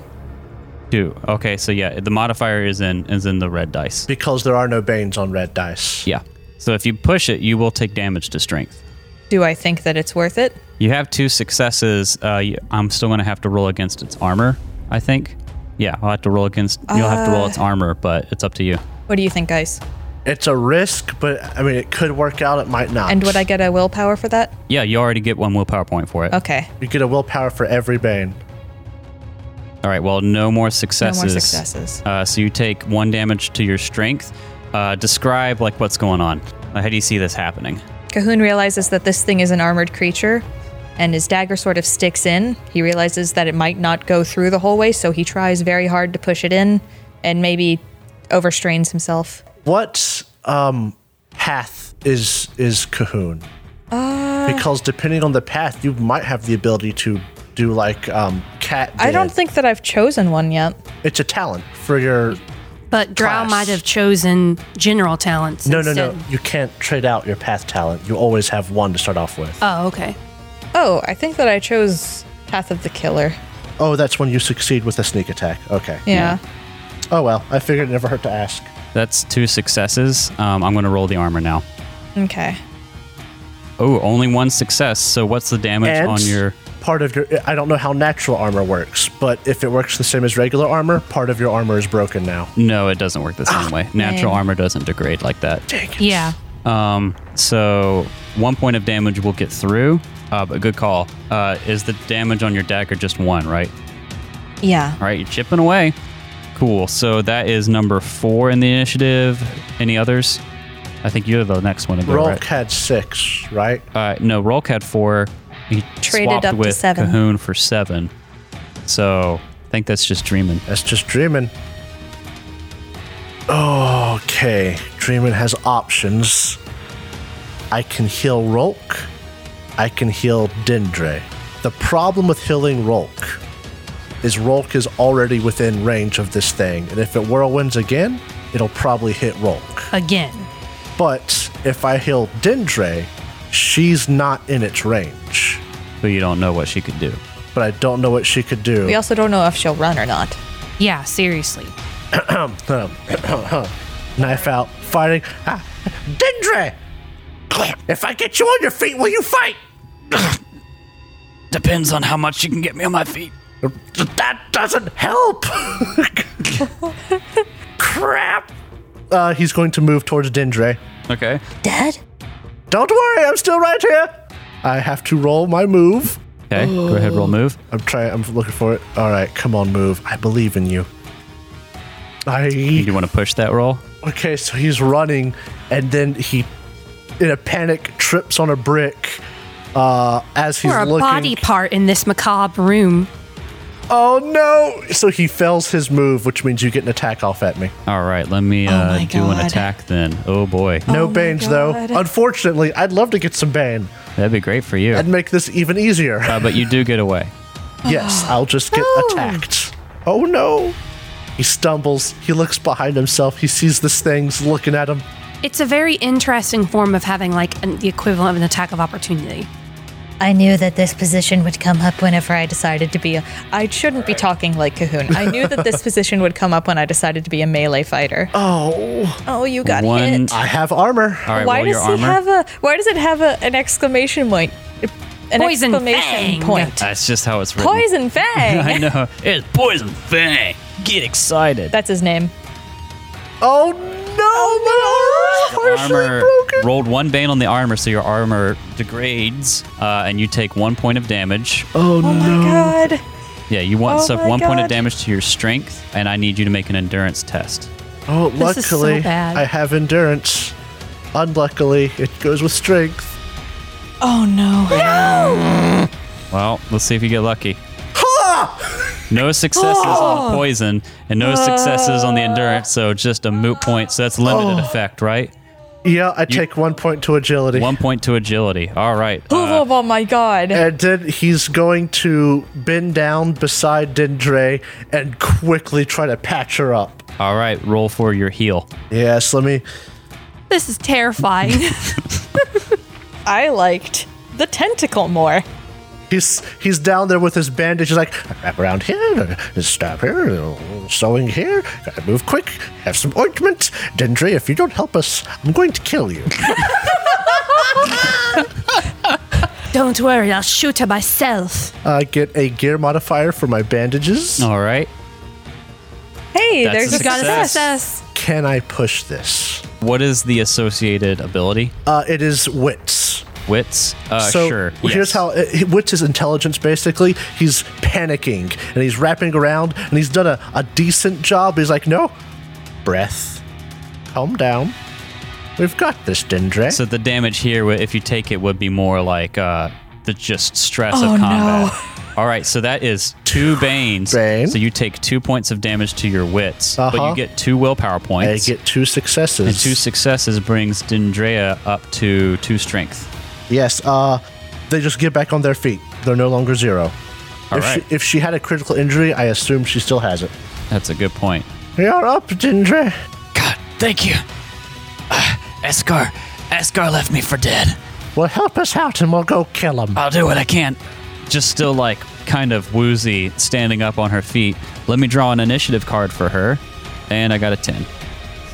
Speaker 2: Two. Okay, so yeah, the modifier is in is in the red dice.
Speaker 4: Because there are no banes on red dice.
Speaker 2: Yeah. So if you push it, you will take damage to strength.
Speaker 6: Do I think that it's worth it?
Speaker 2: You have two successes. Uh, you, I'm still going to have to roll against its armor, I think. Yeah, I'll have to roll against. You'll have to roll its armor, but it's up to you.
Speaker 6: What do you think, guys?
Speaker 4: It's a risk, but I mean, it could work out. It might not.
Speaker 6: And would I get a willpower for that?
Speaker 2: Yeah, you already get one willpower point for it.
Speaker 6: Okay.
Speaker 4: You get a willpower for every bane.
Speaker 2: All right. Well, no more
Speaker 6: No
Speaker 2: successes.
Speaker 6: more successes.
Speaker 2: Uh, so you take one damage to your strength. Uh, describe like what's going on. Uh, how do you see this happening?
Speaker 6: Cahoon realizes that this thing is an armored creature, and his dagger sort of sticks in. He realizes that it might not go through the whole way, so he tries very hard to push it in, and maybe overstrains himself.
Speaker 4: What um, path is is Cahoon?
Speaker 6: Uh.
Speaker 4: because depending on the path, you might have the ability to do like um, cat.
Speaker 6: I don't
Speaker 4: did.
Speaker 6: think that I've chosen one yet.
Speaker 4: it's a talent for your.
Speaker 3: But Drow
Speaker 4: Class.
Speaker 3: might have chosen general talents.
Speaker 4: No, no,
Speaker 3: instead.
Speaker 4: no. You can't trade out your path talent. You always have one to start off with.
Speaker 3: Oh, okay.
Speaker 6: Oh, I think that I chose Path of the Killer.
Speaker 4: oh, that's when you succeed with a sneak attack. Okay.
Speaker 6: Yeah.
Speaker 4: Oh well, I figured it never hurt to ask.
Speaker 2: That's two successes. Um, I'm going to roll the armor now.
Speaker 6: Okay.
Speaker 2: Oh, only one success. So what's the damage
Speaker 4: And
Speaker 2: on your?
Speaker 4: part of your I don't know how natural armor works, but if it works the same as regular armor, part of your armor is broken now.
Speaker 2: No, it doesn't work the same way. Natural armor doesn't degrade like that.
Speaker 3: Yeah.
Speaker 2: Um, so one point of damage will get through. Uh, but good call. Uh, is the damage on your dagger just one? Right.
Speaker 6: Yeah.
Speaker 2: All right, you're chipping away. Cool. So that is number four in the initiative. Any others? I think you're the next one to go.
Speaker 4: Roll
Speaker 2: right?
Speaker 4: had six, right?
Speaker 2: Uh, no, Rolk had four. He
Speaker 6: Traded
Speaker 2: swapped
Speaker 6: up to
Speaker 2: with
Speaker 6: seven.
Speaker 2: Cahoon for seven. So I think that's just dreaming.
Speaker 4: That's just dreaming. Okay, dreaming has options. I can heal Rolk. I can heal Dendre. The problem with healing Rolk is Rolk is already within range of this thing, and if it whirlwinds again, it'll probably hit Rolk.
Speaker 3: Again.
Speaker 4: But if I heal Dendre, she's not in its range.
Speaker 2: So you don't know what she could do.
Speaker 4: But I don't know what she could do.
Speaker 6: We also don't know if she'll run or not.
Speaker 3: Yeah, seriously.
Speaker 4: Um, Knife out, fighting. Ah, Dendre! If I get you on your feet, will you fight?
Speaker 2: Depends on how much you can get me on my feet.
Speaker 4: That doesn't help! Crap! Uh, he's going to move towards Dendre.
Speaker 2: Okay.
Speaker 6: Dead?
Speaker 4: Don't worry, I'm still right here! I have to roll my move.
Speaker 2: Okay. Go ahead, roll move.
Speaker 4: I'm trying, I'm looking for it. Alright, come on, move. I believe in you. I.
Speaker 2: You want to push that roll?
Speaker 4: Okay, so he's running, and then he, in a panic, trips on a brick. Uh, as he's
Speaker 3: Or a
Speaker 4: looking,
Speaker 3: body part in this macabre room.
Speaker 4: oh no! So he fails his move, which means you get an attack off at me.
Speaker 2: All right. Let me uh,
Speaker 6: Oh my
Speaker 2: do an
Speaker 6: God.
Speaker 2: attack then. Oh boy,
Speaker 4: No
Speaker 6: my
Speaker 4: banes
Speaker 6: God.
Speaker 4: though. Unfortunately, I'd love to get some bane
Speaker 2: that'd be great for you.
Speaker 4: and make this even easier.
Speaker 2: Uh, but you do get away.
Speaker 4: yes, I'll just get attacked. Oh no! He stumbles. He looks behind himself. He sees this thing's looking at him.
Speaker 3: It's a very interesting form of having like an, the equivalent of an attack of opportunity.
Speaker 6: I knew that this position would come up whenever I decided to be a. I shouldn't be talking like Cahoon. I knew that this position would come up when I decided to be a melee fighter. Oh, oh, you got
Speaker 2: One-
Speaker 6: hit.
Speaker 4: I have armor.
Speaker 2: All right.
Speaker 6: why
Speaker 2: roll
Speaker 6: does
Speaker 2: your
Speaker 6: he
Speaker 2: armor.
Speaker 6: have a? Why does it have a, an exclamation point? An
Speaker 3: Poison
Speaker 6: exclamation
Speaker 3: fang.
Speaker 6: point.
Speaker 2: That's just how it's written.
Speaker 6: Poison
Speaker 2: I
Speaker 6: fang.
Speaker 2: know. It's poison fang. Get excited.
Speaker 6: That's his name.
Speaker 4: Oh no! my armor is partially
Speaker 2: armor
Speaker 4: broken.
Speaker 2: rolled one bane on the armor, so your armor degrades, uh, and you take one point of damage.
Speaker 6: Oh my god.
Speaker 2: Yeah, you want
Speaker 6: Oh
Speaker 2: so
Speaker 6: my
Speaker 2: one point of
Speaker 6: God.
Speaker 2: damage to your strength, and I need you to make an endurance test.
Speaker 4: Oh,
Speaker 3: This is so
Speaker 4: luckily
Speaker 3: bad.
Speaker 4: I have endurance. Unluckily, it goes with strength.
Speaker 6: Oh no.
Speaker 2: Well, let's see if you get lucky. No successes on poison, and no successes on the endurance, so just a moot point. So that's limited
Speaker 6: Oh.
Speaker 2: effect, right?
Speaker 4: Yeah, I take one point to agility.
Speaker 2: One point to agility. All right. Uh,
Speaker 6: Oh, oh my god.
Speaker 4: And then he's going to bend down beside Dendre and quickly try to patch her up.
Speaker 2: all right. Roll for your heal.
Speaker 4: Yes, let me.
Speaker 3: This is terrifying.
Speaker 6: I liked the tentacle more.
Speaker 4: He's he's down there with his bandage. He's like, wrap around here, stab here, sewing here. Gotta move quick. Have some ointment, Dendre. If you don't help us, I'm going to kill you.
Speaker 3: Don't worry, I'll shoot her myself.
Speaker 4: Uh, get a gear modifier for my bandages.
Speaker 2: All right.
Speaker 6: Hey,
Speaker 2: That's
Speaker 6: there's
Speaker 2: a
Speaker 6: a
Speaker 3: Got a
Speaker 2: Success.
Speaker 3: success.
Speaker 4: Can I push this?
Speaker 2: What is the associated ability?
Speaker 4: Uh, it is wits.
Speaker 2: Wits? Uh,
Speaker 4: so
Speaker 2: sure.
Speaker 4: here's
Speaker 2: yes.
Speaker 4: how uh, wits is intelligence. Basically, he's panicking and he's wrapping around and he's done a, a decent job. He's like, no, breath, calm down. We've got this, Dendre.
Speaker 2: So the damage here, wi- if you take it, would be more like uh, the just stress
Speaker 6: Oh,
Speaker 2: of
Speaker 6: no.
Speaker 2: combat. All right, so that is two banes.
Speaker 4: Bane.
Speaker 2: So you take two points of damage to your wits, but
Speaker 4: Uh-huh.
Speaker 2: you get two willpower
Speaker 4: I
Speaker 2: points.
Speaker 4: get two successes.
Speaker 2: and two successes brings Dendrea up to two strength.
Speaker 4: Yes, uh, they just get back on their feet. They're no longer zero.
Speaker 2: All
Speaker 4: if,
Speaker 2: right.
Speaker 4: she, if she had a critical injury, I assume she still has it.
Speaker 2: That's a good point.
Speaker 4: You're up, Dindra.
Speaker 2: God, thank you. Uh, Escar, Escar left me for dead.
Speaker 4: Well, help us out and we'll go kill him.
Speaker 2: I'll do what I can. Just still like kind of woozy, standing up on her feet. Let me draw an initiative card for her, and I got a ten.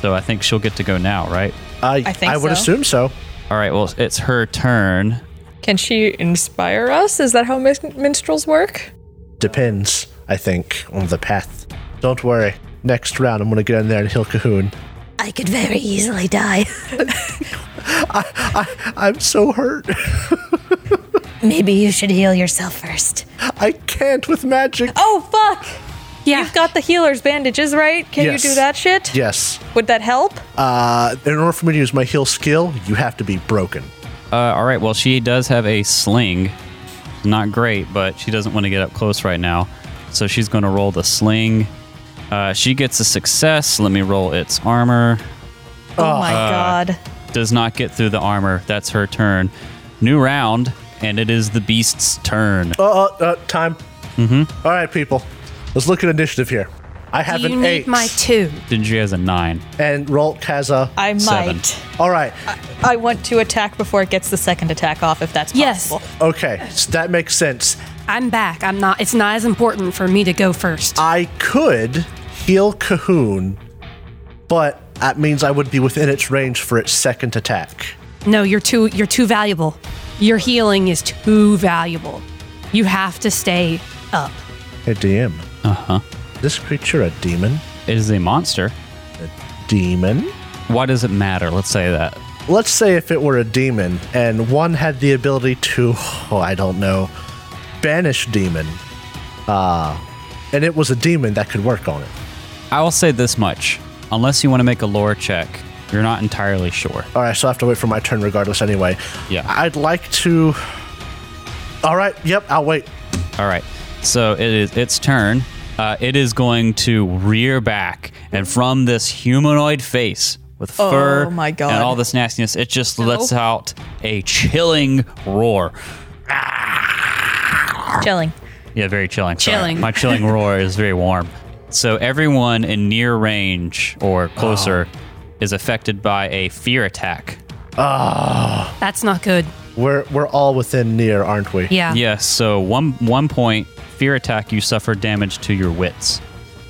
Speaker 2: So I think she'll get to go now, right?
Speaker 6: I think
Speaker 4: I would
Speaker 6: so.
Speaker 4: assume so.
Speaker 2: All right. Well, it's her turn.
Speaker 6: Can she inspire us? Is that how min- minstrels work?
Speaker 4: Depends, I think, on the path. Don't worry. Next round, I'm going to get in there and heal Cahoon.
Speaker 5: I could very easily die.
Speaker 4: I'm so hurt.
Speaker 5: Maybe you should heal yourself first.
Speaker 4: I can't with magic.
Speaker 6: Oh fuck!
Speaker 3: Yeah.
Speaker 6: You've got the healer's bandages, right? Can
Speaker 4: Yes.
Speaker 6: you do that shit?
Speaker 4: Yes.
Speaker 6: Would that help?
Speaker 4: Uh, in order for me to use my heal skill, you have to be broken.
Speaker 2: Uh, all right. Well, she does have a sling. Not great, but she doesn't want to get up close right now. So she's going to roll the sling. Uh, she gets a success. Let me roll its armor.
Speaker 6: oh my god.
Speaker 2: does not get through the armor. That's her turn. New round, and it is the beast's turn.
Speaker 4: Uh, uh, uh time. Mm-hmm. All right, people. Let's look at initiative here. I have
Speaker 3: Do you
Speaker 4: an
Speaker 3: need
Speaker 4: eight.
Speaker 3: my two?
Speaker 2: Dendry has a nine.
Speaker 4: and Rolk has a.
Speaker 6: I
Speaker 2: Seven.
Speaker 6: might.
Speaker 4: All right.
Speaker 6: I want to attack before it gets the second attack off, if that's
Speaker 3: Yes.
Speaker 6: possible.
Speaker 4: Okay, so that makes sense.
Speaker 3: I'm back. I'm not. It's not as important for me to go first.
Speaker 4: I could heal Cahoon, but that means I would be within its range for its second attack.
Speaker 3: No, you're too. You're too valuable. Your healing is too valuable. You have to stay up.
Speaker 4: Hey, DM. Uh huh. This creature a demon?
Speaker 2: Uh-huh. It is a monster.
Speaker 4: Demon?
Speaker 2: Why does it matter? Let's say that.
Speaker 4: Let's say if it were a demon and one had the ability to, oh, I don't know, banish demon. Uh, and it was a demon that could work on it.
Speaker 2: I will say this much. Unless you want to make a lore check, you're not entirely sure.
Speaker 4: All right, so I have to wait for my turn regardless anyway.
Speaker 2: Yeah.
Speaker 4: I'd like to. All right, yep, I'll wait.
Speaker 2: All right. So it is its turn. Uh, it is going to rear back, and from this humanoid face with
Speaker 6: Oh
Speaker 2: fur
Speaker 6: my God.
Speaker 2: and all this nastiness, it just lets out a chilling roar.
Speaker 6: Chilling.
Speaker 2: Yeah, very chilling. Sorry.
Speaker 3: Chilling.
Speaker 2: My chilling roar is very warm. So everyone in near range or closer is affected by a fear attack.
Speaker 3: That's not good.
Speaker 4: We're we're all within near, aren't we?
Speaker 3: Yeah.
Speaker 2: Yes. So one one point fear attack, you suffer damage to your wits.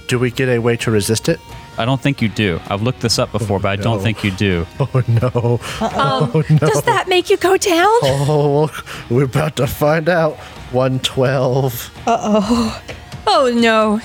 Speaker 4: Do we get a way to resist it?
Speaker 2: I don't think you do. I've looked this up before, but I don't
Speaker 4: no.
Speaker 2: think you do.
Speaker 4: Oh no!
Speaker 3: Um, Does that make you go down?
Speaker 4: Oh, we're about to find out. One twelve.
Speaker 3: Oh no.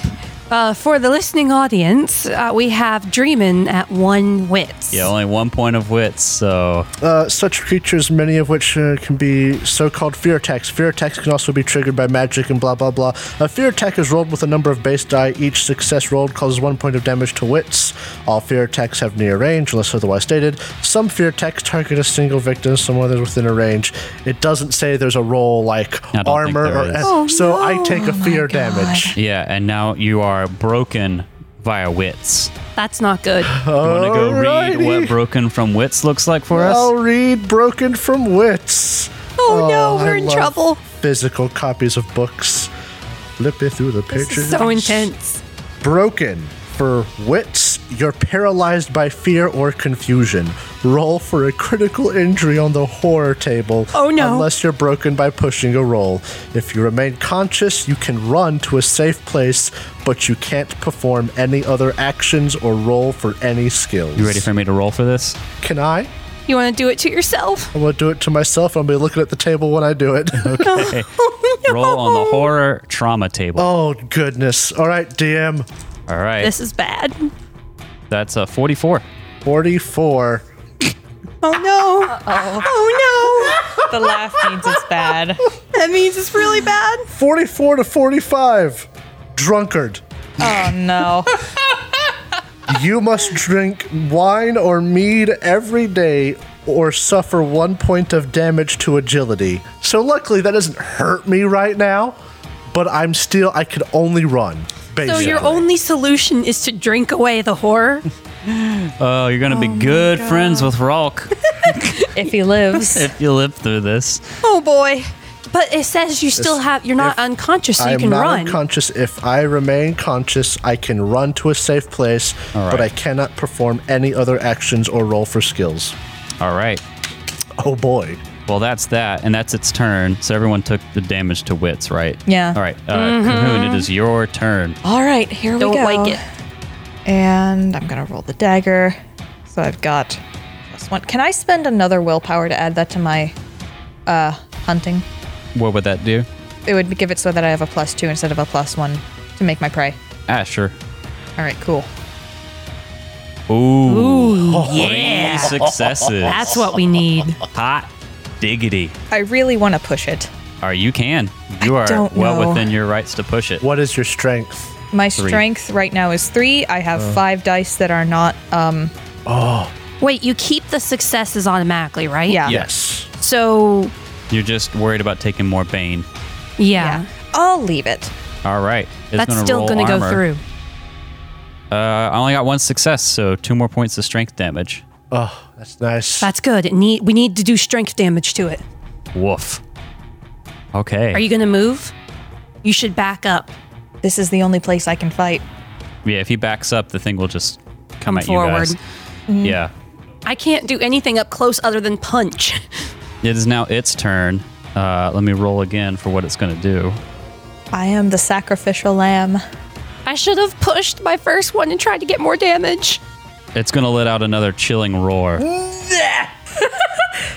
Speaker 3: Uh, for the listening audience, uh, we have Dreamin' at one wits.
Speaker 2: Yeah, only one point of wits. So
Speaker 4: Uh, such creatures, many of which uh, can be so-called fear attacks. Fear attacks can also be triggered by magic and blah blah blah. A fear attack is rolled with a number of base die. Each success rolled causes one point of damage to wits. All fear attacks have near range, unless otherwise stated. Some fear attacks target a single victim, some others within a range. It doesn't say there's a roll like
Speaker 2: think
Speaker 4: armor
Speaker 2: there
Speaker 4: or
Speaker 2: is.
Speaker 3: Oh,
Speaker 4: so. I take a fear damage.
Speaker 2: yeah, and now you are broken via wits.
Speaker 3: That's not good.
Speaker 2: You want to go read
Speaker 4: Alrighty.
Speaker 2: what broken from wits looks like for us?
Speaker 4: I'll read Broken from Wits.
Speaker 3: Oh, no,
Speaker 4: I
Speaker 3: we're in
Speaker 4: love
Speaker 3: trouble.
Speaker 4: Physical copies of books. Flipping through the
Speaker 3: This
Speaker 4: pictures.
Speaker 3: is so intense.
Speaker 4: Broken. For wits, you're paralyzed by fear or confusion. Roll for a critical injury on the horror table.
Speaker 3: Oh, no.
Speaker 4: Unless you're broken by pushing a roll. If you remain conscious, you can run to a safe place, but you can't perform any other actions or roll for any skills.
Speaker 2: You ready for me to roll for this?
Speaker 4: Can I?
Speaker 3: You want to do it to yourself?
Speaker 4: I'm gonna do it to myself. I'm gonna be looking at the table when I do it.
Speaker 2: Roll on the horror trauma table.
Speaker 4: oh goodness! All right, DM
Speaker 2: All right.
Speaker 3: Oh. This is bad.
Speaker 2: That's a 44.
Speaker 4: forty-four.
Speaker 3: Oh no. Oh
Speaker 7: The laugh means it's bad.
Speaker 3: no. That means it's really bad.
Speaker 4: 44 to 45. Drunkard.
Speaker 7: Oh no.
Speaker 4: You must drink wine or mead every day or suffer one point of damage to agility. So, luckily, that doesn't hurt me right now, but I'm still, I could only run.
Speaker 3: So
Speaker 4: Basically.
Speaker 3: your only solution is to drink away the horror.
Speaker 2: Oh, you're going to be good friends with Rolk
Speaker 6: if he lives.
Speaker 2: if you live through this.
Speaker 3: Oh boy. But it says you still have you're not unconscious, so you
Speaker 4: I'm
Speaker 3: can
Speaker 4: not
Speaker 3: run.
Speaker 4: unconscious. If I remain conscious, I can run to a safe place, but I cannot perform any other actions or roll for skills.
Speaker 2: All right.
Speaker 4: Oh boy.
Speaker 2: Well, that's that, and that's its turn. So everyone took the damage to wits, right?
Speaker 6: Yeah.
Speaker 2: All right, uh, Cahoon, it is your turn.
Speaker 6: All right, here
Speaker 3: Don't
Speaker 6: we go.
Speaker 3: like it.
Speaker 6: And I'm gonna roll the dagger. So I've got plus one. Can I spend another willpower to add that to my uh hunting?
Speaker 2: What would that do?
Speaker 6: It would give it so that I have a plus two instead of a plus one to make my prey.
Speaker 2: Asher.
Speaker 6: All right, cool.
Speaker 2: Ooh. Three successes.
Speaker 3: That's what we need.
Speaker 2: Hot diggity.
Speaker 6: I really want to push it.
Speaker 2: All right, you can. You are
Speaker 6: don't
Speaker 2: well
Speaker 6: know.
Speaker 2: within your rights to push it.
Speaker 4: What is your strength?
Speaker 6: My strength right now is three. I have five dice that are not. Um,
Speaker 3: Wait, you keep the successes automatically, right?
Speaker 6: yeah.
Speaker 4: Yes.
Speaker 3: So
Speaker 2: You're just worried about taking more Bane.
Speaker 3: yeah.
Speaker 6: I'll leave it.
Speaker 2: All right. It's
Speaker 3: That's
Speaker 2: gonna
Speaker 3: still
Speaker 2: roll
Speaker 3: gonna go
Speaker 2: armor.
Speaker 3: through.
Speaker 2: Uh, I only got one success, so two more points of strength damage.
Speaker 4: Oh, that's nice.
Speaker 3: That's good. It need we need to do strength damage to it.
Speaker 2: Woof. Okay.
Speaker 3: Are you gonna move? You should back up.
Speaker 6: This is the only place I can fight.
Speaker 2: yeah, if he backs up, the thing will just come,
Speaker 3: Come
Speaker 2: at you
Speaker 3: forward. Mm-hmm.
Speaker 2: guys. Yeah.
Speaker 3: I can't do anything up close other than punch.
Speaker 2: It is now its turn. Uh, let me roll again for what it's going to do.
Speaker 6: I am the sacrificial lamb.
Speaker 3: I should have pushed my first one and tried to get more damage.
Speaker 2: It's going to let out another chilling roar. You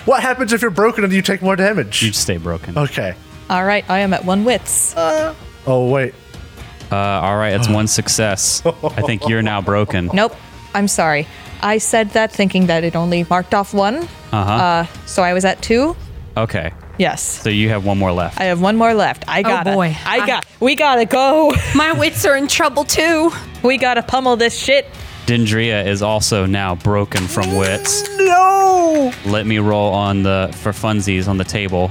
Speaker 4: what happens if you're broken and you take more damage?
Speaker 2: just stay broken.
Speaker 4: okay.
Speaker 6: All right, I am at one wits.
Speaker 4: Oh, wait.
Speaker 2: Uh, all right, it's one success. I think you're now broken.
Speaker 6: Nope. I'm sorry. I said that thinking that it only marked off one. Uh-huh.
Speaker 3: uh,
Speaker 6: so I was at two.
Speaker 2: Okay,
Speaker 6: Yes.
Speaker 2: so you have one more left.
Speaker 6: I have one more left. I got it.
Speaker 3: boy.
Speaker 6: I got. We gotta go.
Speaker 3: My wits are in trouble too.
Speaker 6: we gotta pummel this shit.
Speaker 2: Dendria is also now broken from wits. No. Let me roll on the for funsies on the table.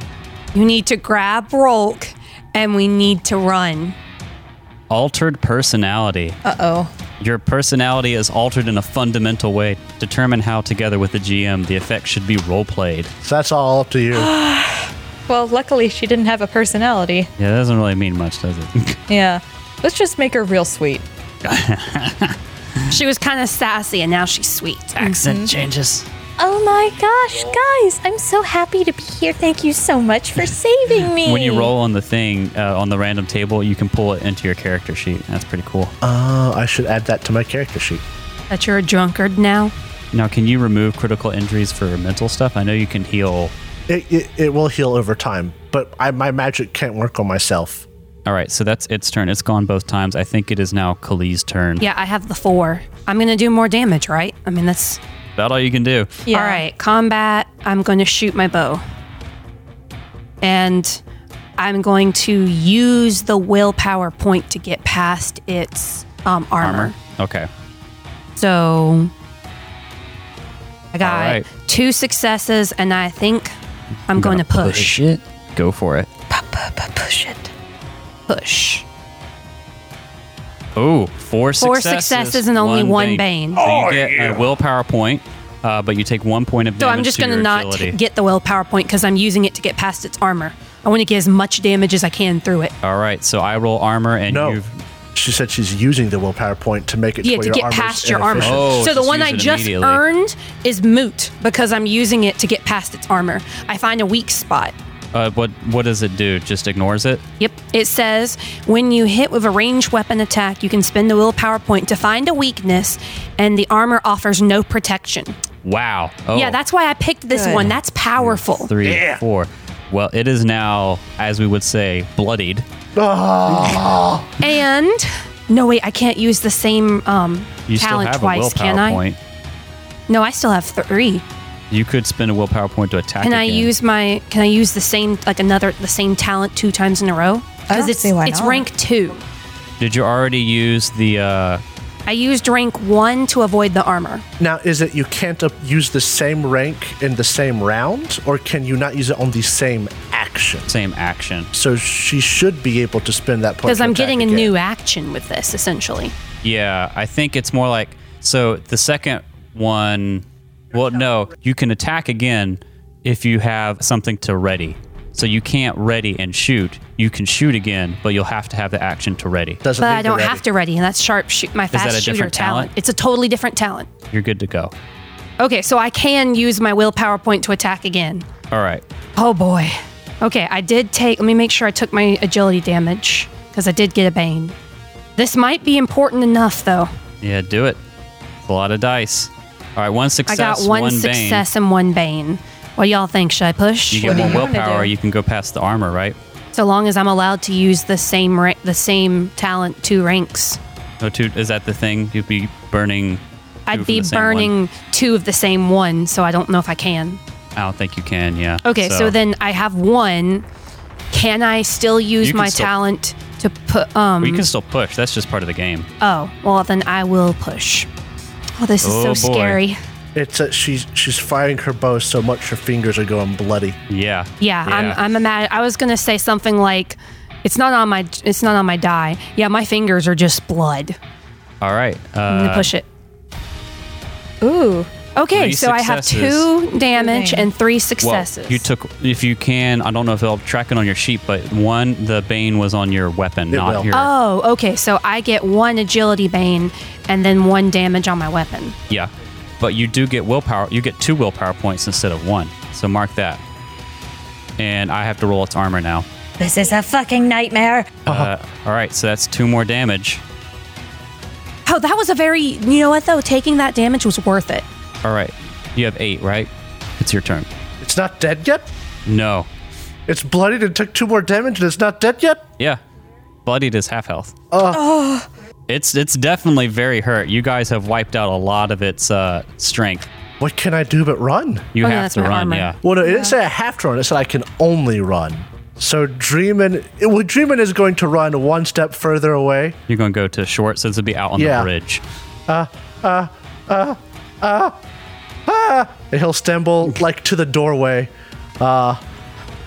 Speaker 3: You need to grab Rolk and we need to run.
Speaker 2: Altered personality.
Speaker 6: Uh oh.
Speaker 2: Your personality is altered in a fundamental way. Determine how, together with the GM, the effect should be role played.
Speaker 4: So that's all up to you. Uh,
Speaker 6: Well, luckily she didn't have a personality.
Speaker 2: Yeah, that doesn't really mean much, does it?
Speaker 6: Yeah. Let's just make her real sweet.
Speaker 3: She was kind of sassy and now she's sweet.
Speaker 2: Accent changes.
Speaker 5: Oh my gosh, guys, I'm so happy to be here. Thank you so much for saving me.
Speaker 2: When you roll on the thing uh, on the random table, you can pull it into your character sheet. That's pretty cool.
Speaker 4: Oh, I should add that to my character sheet.
Speaker 3: That you're a drunkard now.
Speaker 2: Now, can you remove critical injuries for mental stuff? I know you can heal.
Speaker 4: It, it, it will heal over time, but I, my magic can't work on myself.
Speaker 2: All right, so that's its turn. It's gone both times. I think it is now Kali's turn.
Speaker 3: Yeah, I have the four. I'm gonna do more damage, right? I mean, that's
Speaker 2: About all you can do.
Speaker 6: Yeah.
Speaker 3: all right. Combat. I'm gonna shoot my bow, and I'm going to use the willpower point to get past its um, armor.
Speaker 2: Armor. Okay.
Speaker 3: So I got
Speaker 2: All right.
Speaker 3: two successes, and I think I'm going to
Speaker 2: Oh,
Speaker 3: push.
Speaker 2: it. Go for it.
Speaker 6: Push it.
Speaker 3: Push.
Speaker 2: Oh, four successes.
Speaker 3: Four successes and only one bane.
Speaker 2: So you get a willpower point, uh, but you take one point of
Speaker 3: So
Speaker 2: damage.
Speaker 3: I'm just
Speaker 2: to
Speaker 3: going to
Speaker 2: your
Speaker 3: not
Speaker 2: agility.
Speaker 3: get the willpower point because I'm using it to get past its armor. I want to get as much damage as I can through it.
Speaker 2: All right, so I roll armor and
Speaker 4: No.
Speaker 2: you.
Speaker 4: She said she's using the willpower point to make it
Speaker 3: Yeah,
Speaker 4: where
Speaker 3: to
Speaker 4: your
Speaker 3: get
Speaker 4: armor's
Speaker 3: past your armor.
Speaker 4: inefficient.
Speaker 2: Oh,
Speaker 3: so the
Speaker 2: just
Speaker 3: one
Speaker 2: use
Speaker 3: I
Speaker 2: it
Speaker 3: just
Speaker 2: immediately.
Speaker 3: earned is moot because I'm using it to get past its armor. I find a weak spot.
Speaker 2: Uh, what what does it do? Just ignores it.
Speaker 3: Yep. It says when you hit with a ranged weapon attack, you can spend the willpower point to find a weakness, and the armor offers no protection.
Speaker 2: Wow. Oh,
Speaker 3: Yeah, that's why I picked this
Speaker 6: Good.
Speaker 3: one. That's powerful.
Speaker 2: three, four. Well, it is now, as we would say, bloodied.
Speaker 3: And no, wait, I can't use the same um,
Speaker 2: You
Speaker 3: talent
Speaker 2: still have
Speaker 3: twice,
Speaker 2: a willpower
Speaker 3: can I?
Speaker 2: point.
Speaker 3: No, I still have three.
Speaker 2: You could spend a willpower point to attack.
Speaker 3: Can I
Speaker 2: again.
Speaker 3: use my? Can I use the same like another the same talent two times in a row?
Speaker 6: I don't
Speaker 3: it's
Speaker 6: see why
Speaker 3: it's
Speaker 6: not.
Speaker 3: rank two.
Speaker 2: Did you already use the? uh
Speaker 3: I used rank one to avoid the armor.
Speaker 4: Now, is it you can't uh, use the same rank in the same round, or can you not use it on the same action?
Speaker 2: same action.
Speaker 4: So she should be able to spend that point.
Speaker 3: Because
Speaker 4: to
Speaker 3: I'm
Speaker 4: attack
Speaker 3: getting a
Speaker 4: again.
Speaker 3: new action with this, essentially.
Speaker 2: Yeah, I think it's more like so the second one well no, you can attack again if you have something to ready. So you can't ready and shoot. You can shoot again, but you'll have to have the action to ready.
Speaker 4: Doesn't
Speaker 3: But
Speaker 4: need
Speaker 3: I
Speaker 4: the
Speaker 3: don't
Speaker 4: ready.
Speaker 3: have to ready, and that's sharp shoot my
Speaker 2: that
Speaker 3: fast
Speaker 2: a
Speaker 3: shooter
Speaker 2: different talent?
Speaker 3: talent. It's a totally different talent.
Speaker 2: You're good to go.
Speaker 3: Okay, so I can use my willpower point to attack again.
Speaker 2: All right.
Speaker 3: Oh boy. Okay, I did take. Let me make sure I took my agility damage because I did get a bane. This might be important enough, though.
Speaker 2: Yeah, do it. It's a lot of dice. All right, one
Speaker 3: I
Speaker 2: success,
Speaker 3: got one,
Speaker 2: bane.
Speaker 3: success and one bane. What do y'all think? Should I push?
Speaker 2: You get
Speaker 6: do
Speaker 2: more
Speaker 6: you wanna
Speaker 2: willpower,
Speaker 6: do?
Speaker 2: you can go past the armor, right?
Speaker 3: so long as I'm allowed to use the same ra- the same talent two ranks,
Speaker 2: No Oh, two is that the thing? You'd be burning two
Speaker 3: I'd
Speaker 2: from
Speaker 3: be
Speaker 2: the same one?
Speaker 3: burning two of the same one. So I don't know if I can.
Speaker 2: I don't think you can, yeah.
Speaker 3: Okay, so, then I have one. Can I still use
Speaker 2: You can
Speaker 3: my
Speaker 2: still-
Speaker 3: talent to put? Um.
Speaker 2: we can still push. That's just part of the game.
Speaker 3: oh well, then I will push. Oh, this is
Speaker 2: Oh,
Speaker 3: so
Speaker 2: boy.
Speaker 3: scary.
Speaker 4: It's a, she's she's firing her bow so much her fingers are going bloody.
Speaker 2: Yeah.
Speaker 3: Yeah, I'm. I'm imag- I was gonna say something like, "It's not on my. It's not on my die." Yeah, my fingers are just blood.
Speaker 2: All right.
Speaker 3: I'm
Speaker 2: Uh,
Speaker 3: gonna push it.
Speaker 6: Ooh.
Speaker 3: Okay,
Speaker 2: three
Speaker 3: so I have
Speaker 2: successes.
Speaker 3: two damage
Speaker 6: Two
Speaker 3: and three
Speaker 2: well,
Speaker 3: successes.
Speaker 2: you took, if you can, I don't know if it'll track it on your sheet, but one, the bane was on your weapon, not
Speaker 4: will.
Speaker 2: your.
Speaker 3: Oh, okay. So I get one agility bane and then one damage on my weapon.
Speaker 2: Yeah. But you do get willpower. You get two willpower points instead of one. So mark that. And I have to roll its armor now.
Speaker 5: This is a fucking nightmare.
Speaker 2: Uh, all right. So that's two more damage.
Speaker 3: Oh, that was a very. You know what though? Taking that damage was worth it.
Speaker 2: All right. You have eight, right? It's your turn.
Speaker 4: It's not dead yet.
Speaker 2: No.
Speaker 4: It's bloodied and took two more damage, and it's not dead yet.
Speaker 2: Yeah. Bloodied is half health. Oh. It's it's definitely very hurt. You guys have wiped out a lot of its uh, strength.
Speaker 4: What can I do but run?
Speaker 2: You
Speaker 3: Oh, yeah,
Speaker 2: have
Speaker 3: that's
Speaker 2: to
Speaker 3: my
Speaker 2: run.
Speaker 3: armor.
Speaker 2: Yeah.
Speaker 4: Well, no, it didn't say I have to run. It said I can only run. So Dreamin, it- well, Dreamin is going to run one step further away.
Speaker 2: You're gonna go to short, so this will be out on
Speaker 4: Yeah.
Speaker 2: the bridge.
Speaker 4: And he'll stumble like to the doorway, uh,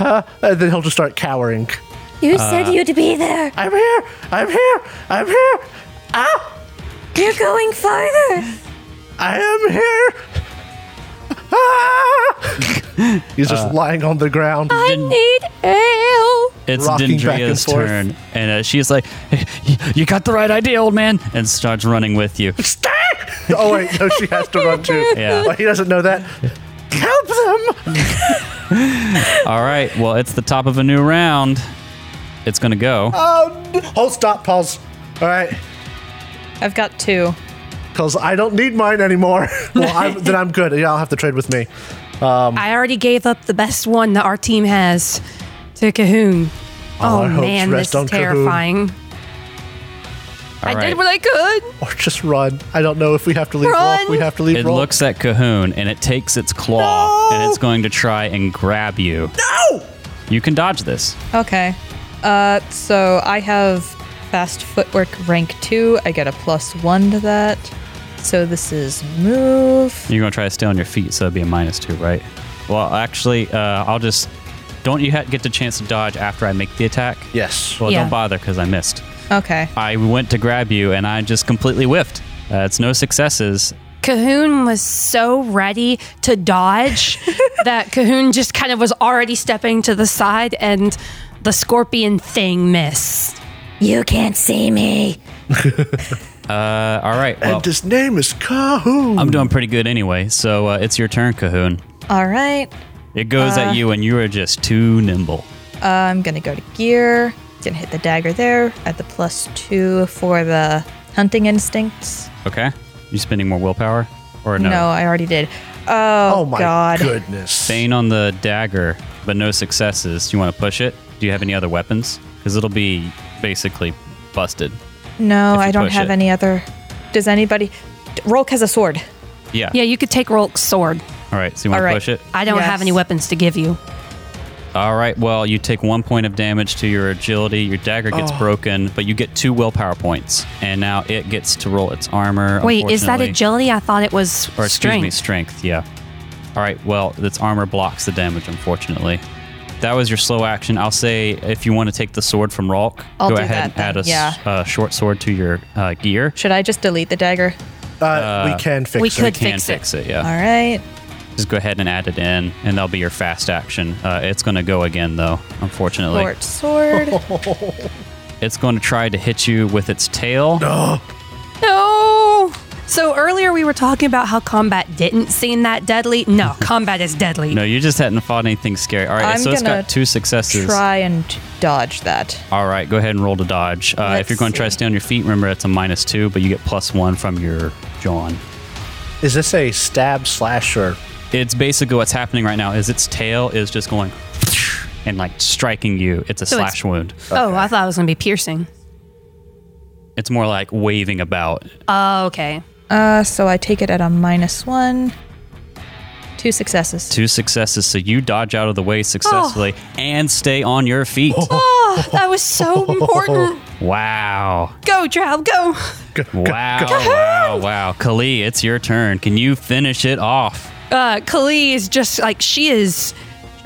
Speaker 4: uh, and then he'll just start cowering.
Speaker 5: You said you'd be there.
Speaker 4: I'm here. I'm here. I'm here. Ah!
Speaker 5: You're going farther.
Speaker 4: I am here. Ah! He's just lying on the ground.
Speaker 5: I need ale.
Speaker 2: It's
Speaker 4: Rocking back and
Speaker 2: Dendria's
Speaker 4: forth.
Speaker 2: turn, and uh, she's like, "Hey, y- "You got the right idea, old man," and starts running with you.
Speaker 4: oh wait, no, she has to run too.
Speaker 2: Yeah.
Speaker 4: But he doesn't know that. Help them!
Speaker 2: All right. Well, it's the top of a new round. It's gonna go.
Speaker 4: Oh, Hold, stop, pause. All right,
Speaker 7: I've got two.
Speaker 4: because I don't need mine anymore. well, I'm, then I'm good. Y'all have to trade with me.
Speaker 2: Mm.
Speaker 3: I already gave up the best one that our team has to Cahoon. Oh,
Speaker 4: our hopes
Speaker 3: man,
Speaker 4: rest
Speaker 3: this
Speaker 4: on
Speaker 3: is
Speaker 4: Cahoon.
Speaker 3: terrifying. I
Speaker 2: right.
Speaker 3: did what I could.
Speaker 4: Or just run. I don't know if we have to leave. Roll.
Speaker 3: Run!
Speaker 4: If we have to leave.
Speaker 2: it
Speaker 4: roll.
Speaker 2: looks at Cahoon, and it takes its claw, and it's going to try and grab you. No! You can dodge this.
Speaker 7: Okay. Uh, so I have fast footwork rank two. I get a plus one to that. So this is move.
Speaker 2: You're gonna try to stay on your feet, so it'd be a minus two, right? Well, actually, uh, I'll just. Don't you ha- get the chance to dodge after I make the attack?
Speaker 4: Yes.
Speaker 2: Well,
Speaker 3: Yeah.
Speaker 2: don't bother because I missed.
Speaker 7: Okay.
Speaker 2: I went to grab you, and I just completely whiffed. Uh, it's no successes.
Speaker 3: Cahoon was so ready to dodge that Cahoon just kind of was already stepping to the side and the scorpion thing missed.
Speaker 5: You can't see me.
Speaker 2: Uh, all right, well,
Speaker 4: And his name is Kahoo.
Speaker 2: I'm doing pretty good anyway. So uh, it's your turn, Cahoon.
Speaker 7: All right.
Speaker 2: It goes at you, and you are just too nimble.
Speaker 7: I'm gonna go to gear. Gonna hit the dagger there at the plus two for the hunting instincts.
Speaker 2: Okay, you spending more willpower, or no?
Speaker 7: No, I already did.
Speaker 4: Oh, my
Speaker 7: God.
Speaker 4: goodness.
Speaker 2: Bane on the dagger, but no successes. You want to push it? Do you have any other weapons? Because it'll be basically busted.
Speaker 7: No,
Speaker 2: If you
Speaker 7: I don't
Speaker 2: push
Speaker 7: have
Speaker 2: it.
Speaker 7: any other. Does anybody? Rolk has a sword.
Speaker 2: Yeah.
Speaker 3: Yeah, you could take Rolk's sword.
Speaker 2: All right. So you want
Speaker 7: All
Speaker 2: to
Speaker 7: right.
Speaker 2: push it?
Speaker 3: I don't
Speaker 7: Yes.
Speaker 3: have any weapons to give you.
Speaker 2: All right. Well, you take one point of damage to your agility. Your dagger gets broken, but you get two willpower points, and now it gets to roll its armor.
Speaker 3: Wait, is that
Speaker 2: unfortunately.
Speaker 3: agility? I thought it was
Speaker 2: Or excuse
Speaker 3: strength.
Speaker 2: me, strength. Yeah. All right. Well, its armor blocks the damage, unfortunately. That was your slow action. I'll say if you want to take the sword from Rolk,
Speaker 7: I'll
Speaker 2: go
Speaker 7: do
Speaker 2: ahead
Speaker 7: that then,
Speaker 2: and add a s-
Speaker 7: yeah.
Speaker 2: uh, short sword to your uh, gear.
Speaker 7: Should I just delete the dagger?
Speaker 4: Uh, we can fix
Speaker 3: we
Speaker 4: it.
Speaker 3: could
Speaker 2: Can
Speaker 3: fix it.
Speaker 2: fix it. Yeah.
Speaker 7: All right.
Speaker 2: Just go ahead and add it in, and that'll be your fast action. Uh, it's going to go again, though, unfortunately.
Speaker 7: Short sword.
Speaker 2: It's going to try to hit you with its tail.
Speaker 3: No. So earlier we were talking about how combat didn't seem that deadly. No, combat is deadly.
Speaker 2: No, you just hadn't fought anything scary. All right,
Speaker 7: I'm
Speaker 2: so it's
Speaker 7: gonna
Speaker 2: got two successes.
Speaker 7: Try and dodge that.
Speaker 2: All right, go ahead and roll to dodge. Uh, if
Speaker 7: Let's
Speaker 2: you're going to try to
Speaker 7: see.
Speaker 2: stay on your feet, remember it's a minus two, but you get plus one from your John.
Speaker 4: Is this a stab slasher?
Speaker 2: It's basically what's happening right now is its tail is just going and like striking you. It's a
Speaker 3: So it's-
Speaker 2: slash wound.
Speaker 3: Oh, I thought it was gonna be piercing.
Speaker 2: It's more like waving about.
Speaker 3: Oh, okay.
Speaker 7: Uh, so I take it at a minus one. Two successes.
Speaker 2: Two successes, so you dodge out of the way successfully
Speaker 7: Oh.
Speaker 2: and stay on your feet.
Speaker 3: Oh, that was so important.
Speaker 2: Wow.
Speaker 3: Go, Drow, go.
Speaker 2: Wow, wow, wow. Kali, it's your turn. Can you finish it off?
Speaker 3: Uh, Kali is just like she is.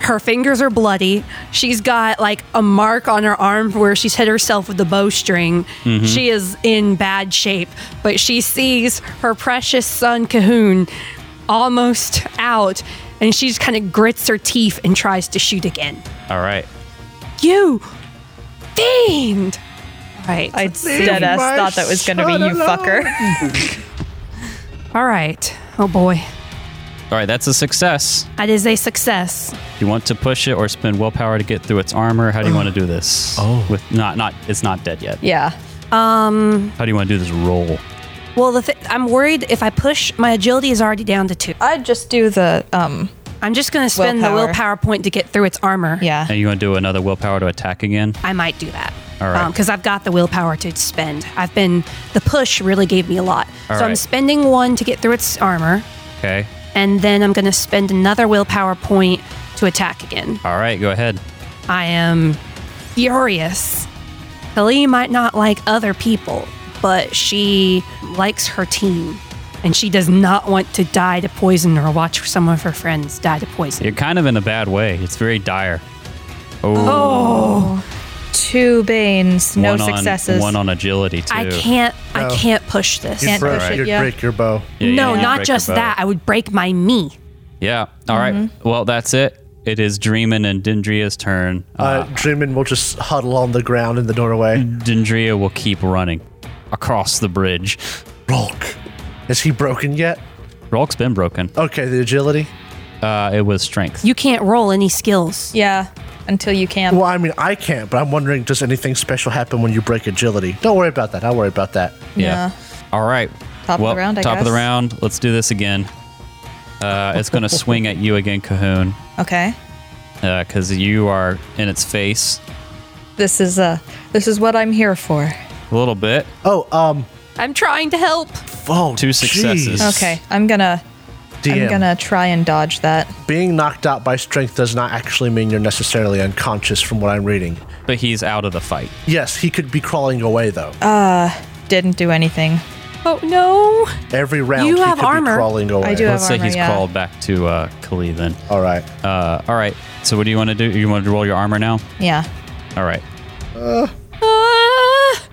Speaker 3: Her fingers are bloody. She's got like a mark on her arm where she's hit herself with the bowstring. She is in bad shape, but she sees her precious son Cahoon almost out, and she just kind of grits her teeth and tries to shoot again.
Speaker 2: All right.
Speaker 3: You fiend! Right.
Speaker 7: I dead ass
Speaker 4: my
Speaker 7: thought that was gonna be you,
Speaker 4: son alone.
Speaker 7: fucker.
Speaker 3: All right. Oh boy.
Speaker 2: All right, that's a success.
Speaker 3: That is a success.
Speaker 2: Do you want to push it or spend willpower to get through its armor? How do you want to do this? Oh. With not not it's not dead yet.
Speaker 7: Yeah.
Speaker 2: How do you want to do this roll?
Speaker 3: Well, the th- I'm worried if I push, my agility is already down to two.
Speaker 7: I'd just do the um.
Speaker 3: I'm just going to spend the
Speaker 7: Willpower.
Speaker 3: willpower point to get through its armor.
Speaker 7: Yeah.
Speaker 2: And you want to do another willpower to attack again?
Speaker 3: I might do that.
Speaker 2: All right.
Speaker 3: Because I've got the willpower to spend. I've been, the push really gave me a lot.
Speaker 2: All
Speaker 3: so I'm
Speaker 2: right.
Speaker 3: spending one to get through its armor,
Speaker 2: Okay.
Speaker 3: and then I'm going to spend another willpower point to attack again.
Speaker 2: All right, go ahead.
Speaker 3: I am furious. Kali might not like other people, but she likes her team. And she does not want to die to poison or watch some of her friends die to poison.
Speaker 2: You're kind of in a bad way. It's very dire. Oh,
Speaker 7: Two banes. No
Speaker 2: one on-
Speaker 7: successes.
Speaker 2: one on agility too.
Speaker 3: I can't I can't push this.
Speaker 4: You'd,
Speaker 7: Can't
Speaker 4: break,
Speaker 7: push it
Speaker 4: you'd
Speaker 7: yet.
Speaker 4: break your bow.
Speaker 2: Yeah, you
Speaker 3: no,
Speaker 2: can
Speaker 3: not
Speaker 2: break
Speaker 3: just
Speaker 2: your bow.
Speaker 3: that. Mm-hmm. I would break my knee.
Speaker 2: Yeah. All right. Well, that's it. It is Dreamin' and Dendria's turn.
Speaker 4: Uh, Mm. Dreamin will just huddle on the ground in the doorway.
Speaker 2: Dendria will keep running across the bridge.
Speaker 4: Rolk. Is he broken yet?
Speaker 2: Rolk's been broken.
Speaker 4: Okay, the agility.
Speaker 2: Uh, it was strength.
Speaker 3: You can't roll any skills.
Speaker 7: yeah. Until you can.
Speaker 4: Well, I mean, I can't, but I'm wondering does anything special happen when you break agility? Don't worry about that. I'll worry about that.
Speaker 2: yeah. All right.
Speaker 7: Top of the
Speaker 2: well,
Speaker 7: round, I
Speaker 2: top of the
Speaker 7: guess.
Speaker 2: round. Let's do this again. Uh, it's going to swing at you again, Cahoon,
Speaker 7: Okay.
Speaker 2: because you are in its face
Speaker 7: This is uh. This is what I'm here for.
Speaker 2: a little bit.
Speaker 4: Oh, um,
Speaker 3: I'm trying to help.
Speaker 4: oh,
Speaker 2: Two successes.
Speaker 4: jeez.
Speaker 7: Okay. I'm gonna.
Speaker 4: DM,
Speaker 7: I'm gonna try and dodge that.
Speaker 4: Being knocked out by strength does not actually mean you're necessarily unconscious from what I'm reading.
Speaker 2: But he's out of the fight.
Speaker 4: Yes, he could be crawling away, though.
Speaker 3: Uh,
Speaker 7: Didn't do anything.
Speaker 3: Oh no.
Speaker 4: Every round,
Speaker 3: you
Speaker 4: he
Speaker 3: have
Speaker 4: could
Speaker 3: armor.
Speaker 4: be crawling away.
Speaker 7: I do have
Speaker 2: Let's say
Speaker 7: armor,
Speaker 2: he's
Speaker 7: yeah.
Speaker 2: crawled back to uh, Kali then.
Speaker 4: All right.
Speaker 2: Uh, all right. So what do you want to do? You want to roll your armor now?
Speaker 7: Yeah.
Speaker 2: All right.
Speaker 7: Uh.
Speaker 3: Ah.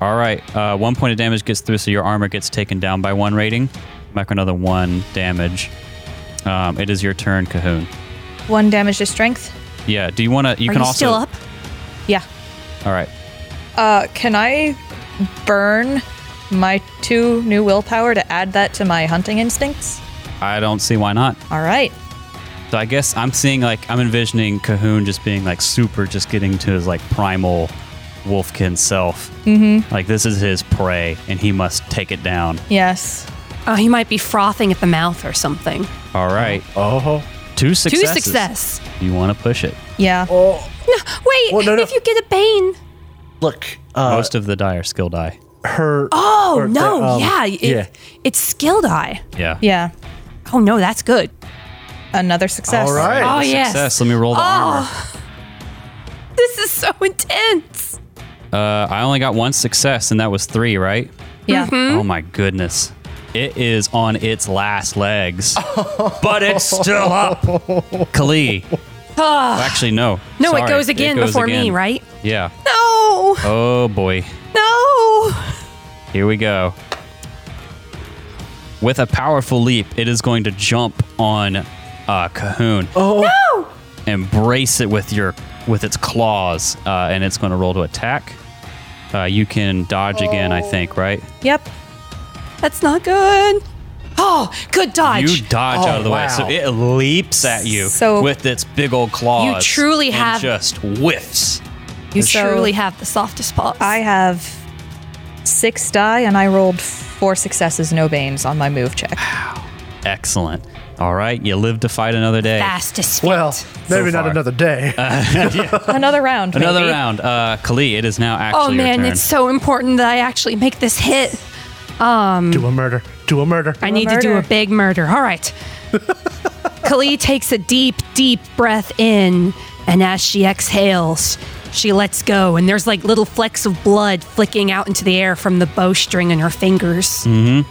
Speaker 2: All right. Uh, one point of damage gets through, so your armor gets taken down by one rating. Back another one damage. Um, it is your turn, Cahoon.
Speaker 7: One damage to strength.
Speaker 2: Yeah. Do you want to? You
Speaker 3: Are
Speaker 2: can
Speaker 3: you
Speaker 2: also.
Speaker 3: still up?
Speaker 7: Yeah.
Speaker 2: All right.
Speaker 7: Uh, can I burn my two new willpower to add that to my hunting instincts?
Speaker 2: I don't see why not.
Speaker 7: All right.
Speaker 2: So I guess I'm seeing like I'm envisioning Cahoon just being like super, just getting to his like primal wolfkin self. Mm-hmm. Like this is his prey, and he must take it down.
Speaker 7: Yes.
Speaker 3: Oh, he might be frothing at the mouth or something.
Speaker 2: All right.
Speaker 4: Oh.
Speaker 2: Two
Speaker 3: Two
Speaker 2: successes.
Speaker 3: success.
Speaker 2: You want to push it.
Speaker 7: Yeah.
Speaker 4: Oh.
Speaker 3: Wait,
Speaker 4: Well, no, no.
Speaker 3: if you get a bane.
Speaker 4: Look, uh,
Speaker 2: Most of the die are skill die.
Speaker 4: her.
Speaker 3: Oh,
Speaker 4: or the,
Speaker 3: no.
Speaker 2: uh,
Speaker 4: um,
Speaker 3: yeah, it-
Speaker 4: yeah.
Speaker 3: It's skill die.
Speaker 2: Yeah.
Speaker 7: Yeah.
Speaker 3: Oh, no, that's good.
Speaker 7: Another success.
Speaker 4: All right.
Speaker 3: Oh,
Speaker 2: Success.
Speaker 3: yes.
Speaker 2: Let me roll the armor.
Speaker 3: This is so intense.
Speaker 2: Uh, I only got one success, and that was three, right?
Speaker 7: Yeah.
Speaker 3: Mm-hmm.
Speaker 2: Oh my goodness. It is on its last legs, but it's still up. Kali. Actually, no.
Speaker 3: Ah. No, it
Speaker 2: Sorry.
Speaker 3: goes again
Speaker 2: goes
Speaker 3: before me,
Speaker 2: again.
Speaker 3: right?
Speaker 2: Yeah.
Speaker 3: No.
Speaker 2: Oh boy.
Speaker 3: No.
Speaker 2: Here we go. With a powerful leap, it is going to jump on uh, Cahoon. Oh no! Embrace it with your with its claws, uh, and it's going to roll to attack. Uh, you can dodge again,
Speaker 3: Oh.
Speaker 2: I think, right?
Speaker 7: Yep.
Speaker 3: That's not good. Oh, good dodge.
Speaker 2: You dodge
Speaker 4: Oh,
Speaker 2: out of the way, so
Speaker 4: wow.
Speaker 2: it leaps at you
Speaker 7: So-
Speaker 2: with its big old claws.
Speaker 3: You truly
Speaker 2: and
Speaker 3: have-
Speaker 2: just whiffs.
Speaker 3: You
Speaker 7: So-
Speaker 3: truly have the softest paws.
Speaker 7: I have six die and I rolled four successes, no banes on my move check.
Speaker 2: Excellent. All right, you live to fight another day.
Speaker 3: fastest.
Speaker 4: Well, maybe not
Speaker 2: far.
Speaker 4: another day.
Speaker 7: Another round.
Speaker 2: Another
Speaker 7: maybe.
Speaker 2: round. Uh, Kali, it is now
Speaker 3: Oh
Speaker 2: actually your
Speaker 3: man,
Speaker 2: turn.
Speaker 3: it's so important that I actually make this hit.
Speaker 4: do a murder. Do a murder.
Speaker 3: Mm. I need to do a
Speaker 7: murder.
Speaker 3: big murder. All right. Kali takes a deep, deep breath in, and as she exhales, she lets go, and there's like little flecks of blood flicking out into the air from the bowstring in her fingers. Mm-hmm.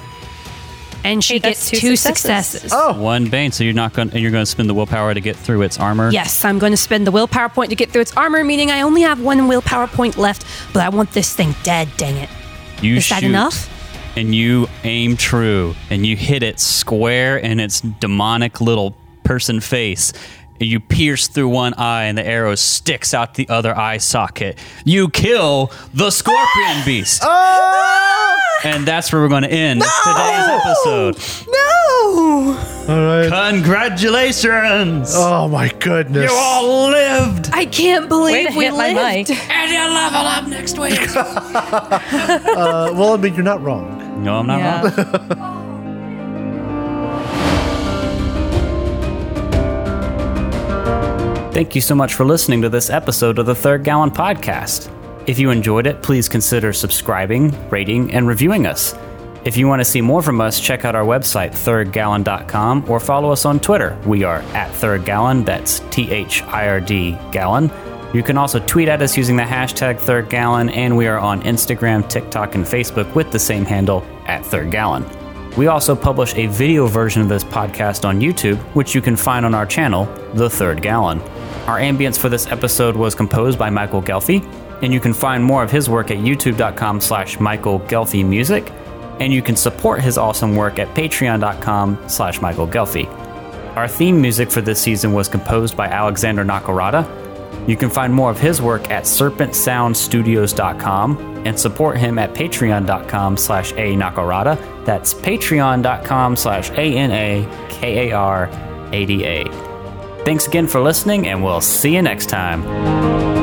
Speaker 3: And she
Speaker 7: Hey,
Speaker 3: gets
Speaker 7: that's
Speaker 3: two,
Speaker 7: two
Speaker 3: successes.
Speaker 7: successes.
Speaker 2: One bane, so you're not going to you're going to spend the willpower to get through its armor.
Speaker 3: Yes, I'm going to spend the willpower point to get through its armor, meaning I only have one willpower point left, but I want this thing dead, dang it.
Speaker 2: you
Speaker 3: Is that
Speaker 2: shoot,
Speaker 3: enough?
Speaker 2: And you aim true, and you hit it square in its demonic little person face. And You pierce through one eye, and the arrow sticks out the other eye socket. You kill the scorpion beast.
Speaker 3: Uh,
Speaker 4: Ah!
Speaker 2: And that's where we're going to end today's episode.
Speaker 4: All right.
Speaker 2: Congratulations!
Speaker 4: Oh my goodness.
Speaker 2: You all lived,
Speaker 3: I
Speaker 7: Way
Speaker 3: can't
Speaker 7: to
Speaker 3: believe we
Speaker 7: hit my
Speaker 3: lived.
Speaker 7: mic.
Speaker 2: and you level up next week.
Speaker 4: Uh, well, I mean, you're not wrong.
Speaker 2: no, I'm not wrong.
Speaker 7: Yeah.
Speaker 2: Thank you so much for listening to this episode of the Third Gallon Podcast. If you enjoyed it, please consider subscribing, rating, and reviewing us. If you want to see more from us, check out our website, thirdgallon.com, or follow us on Twitter. We are at Third Gallon, that's T H I R D Gallon. You can also tweet at us using the hashtag Third Gallon, and we are on Instagram, TikTok, and Facebook with the same handle, at Third Gallon. We also publish a video version of this podcast on YouTube, which you can find on our channel, The Third Gallon. Our ambience for this episode was composed by Michael Gelfi, and you can find more of his work at youtube.com slash Michael Gelfi Music, and you can support his awesome work at patreon.com slash Michael Gelfi. Our theme music for this season was composed by Alexander Nakarada, you can find more of his work at serpentsoundstudios.com and support him at patreon.com slash a nakarada. That's patreon.com slash A-N-A-K-A-R-A-D-A. Thanks again for listening, and we'll see you next time.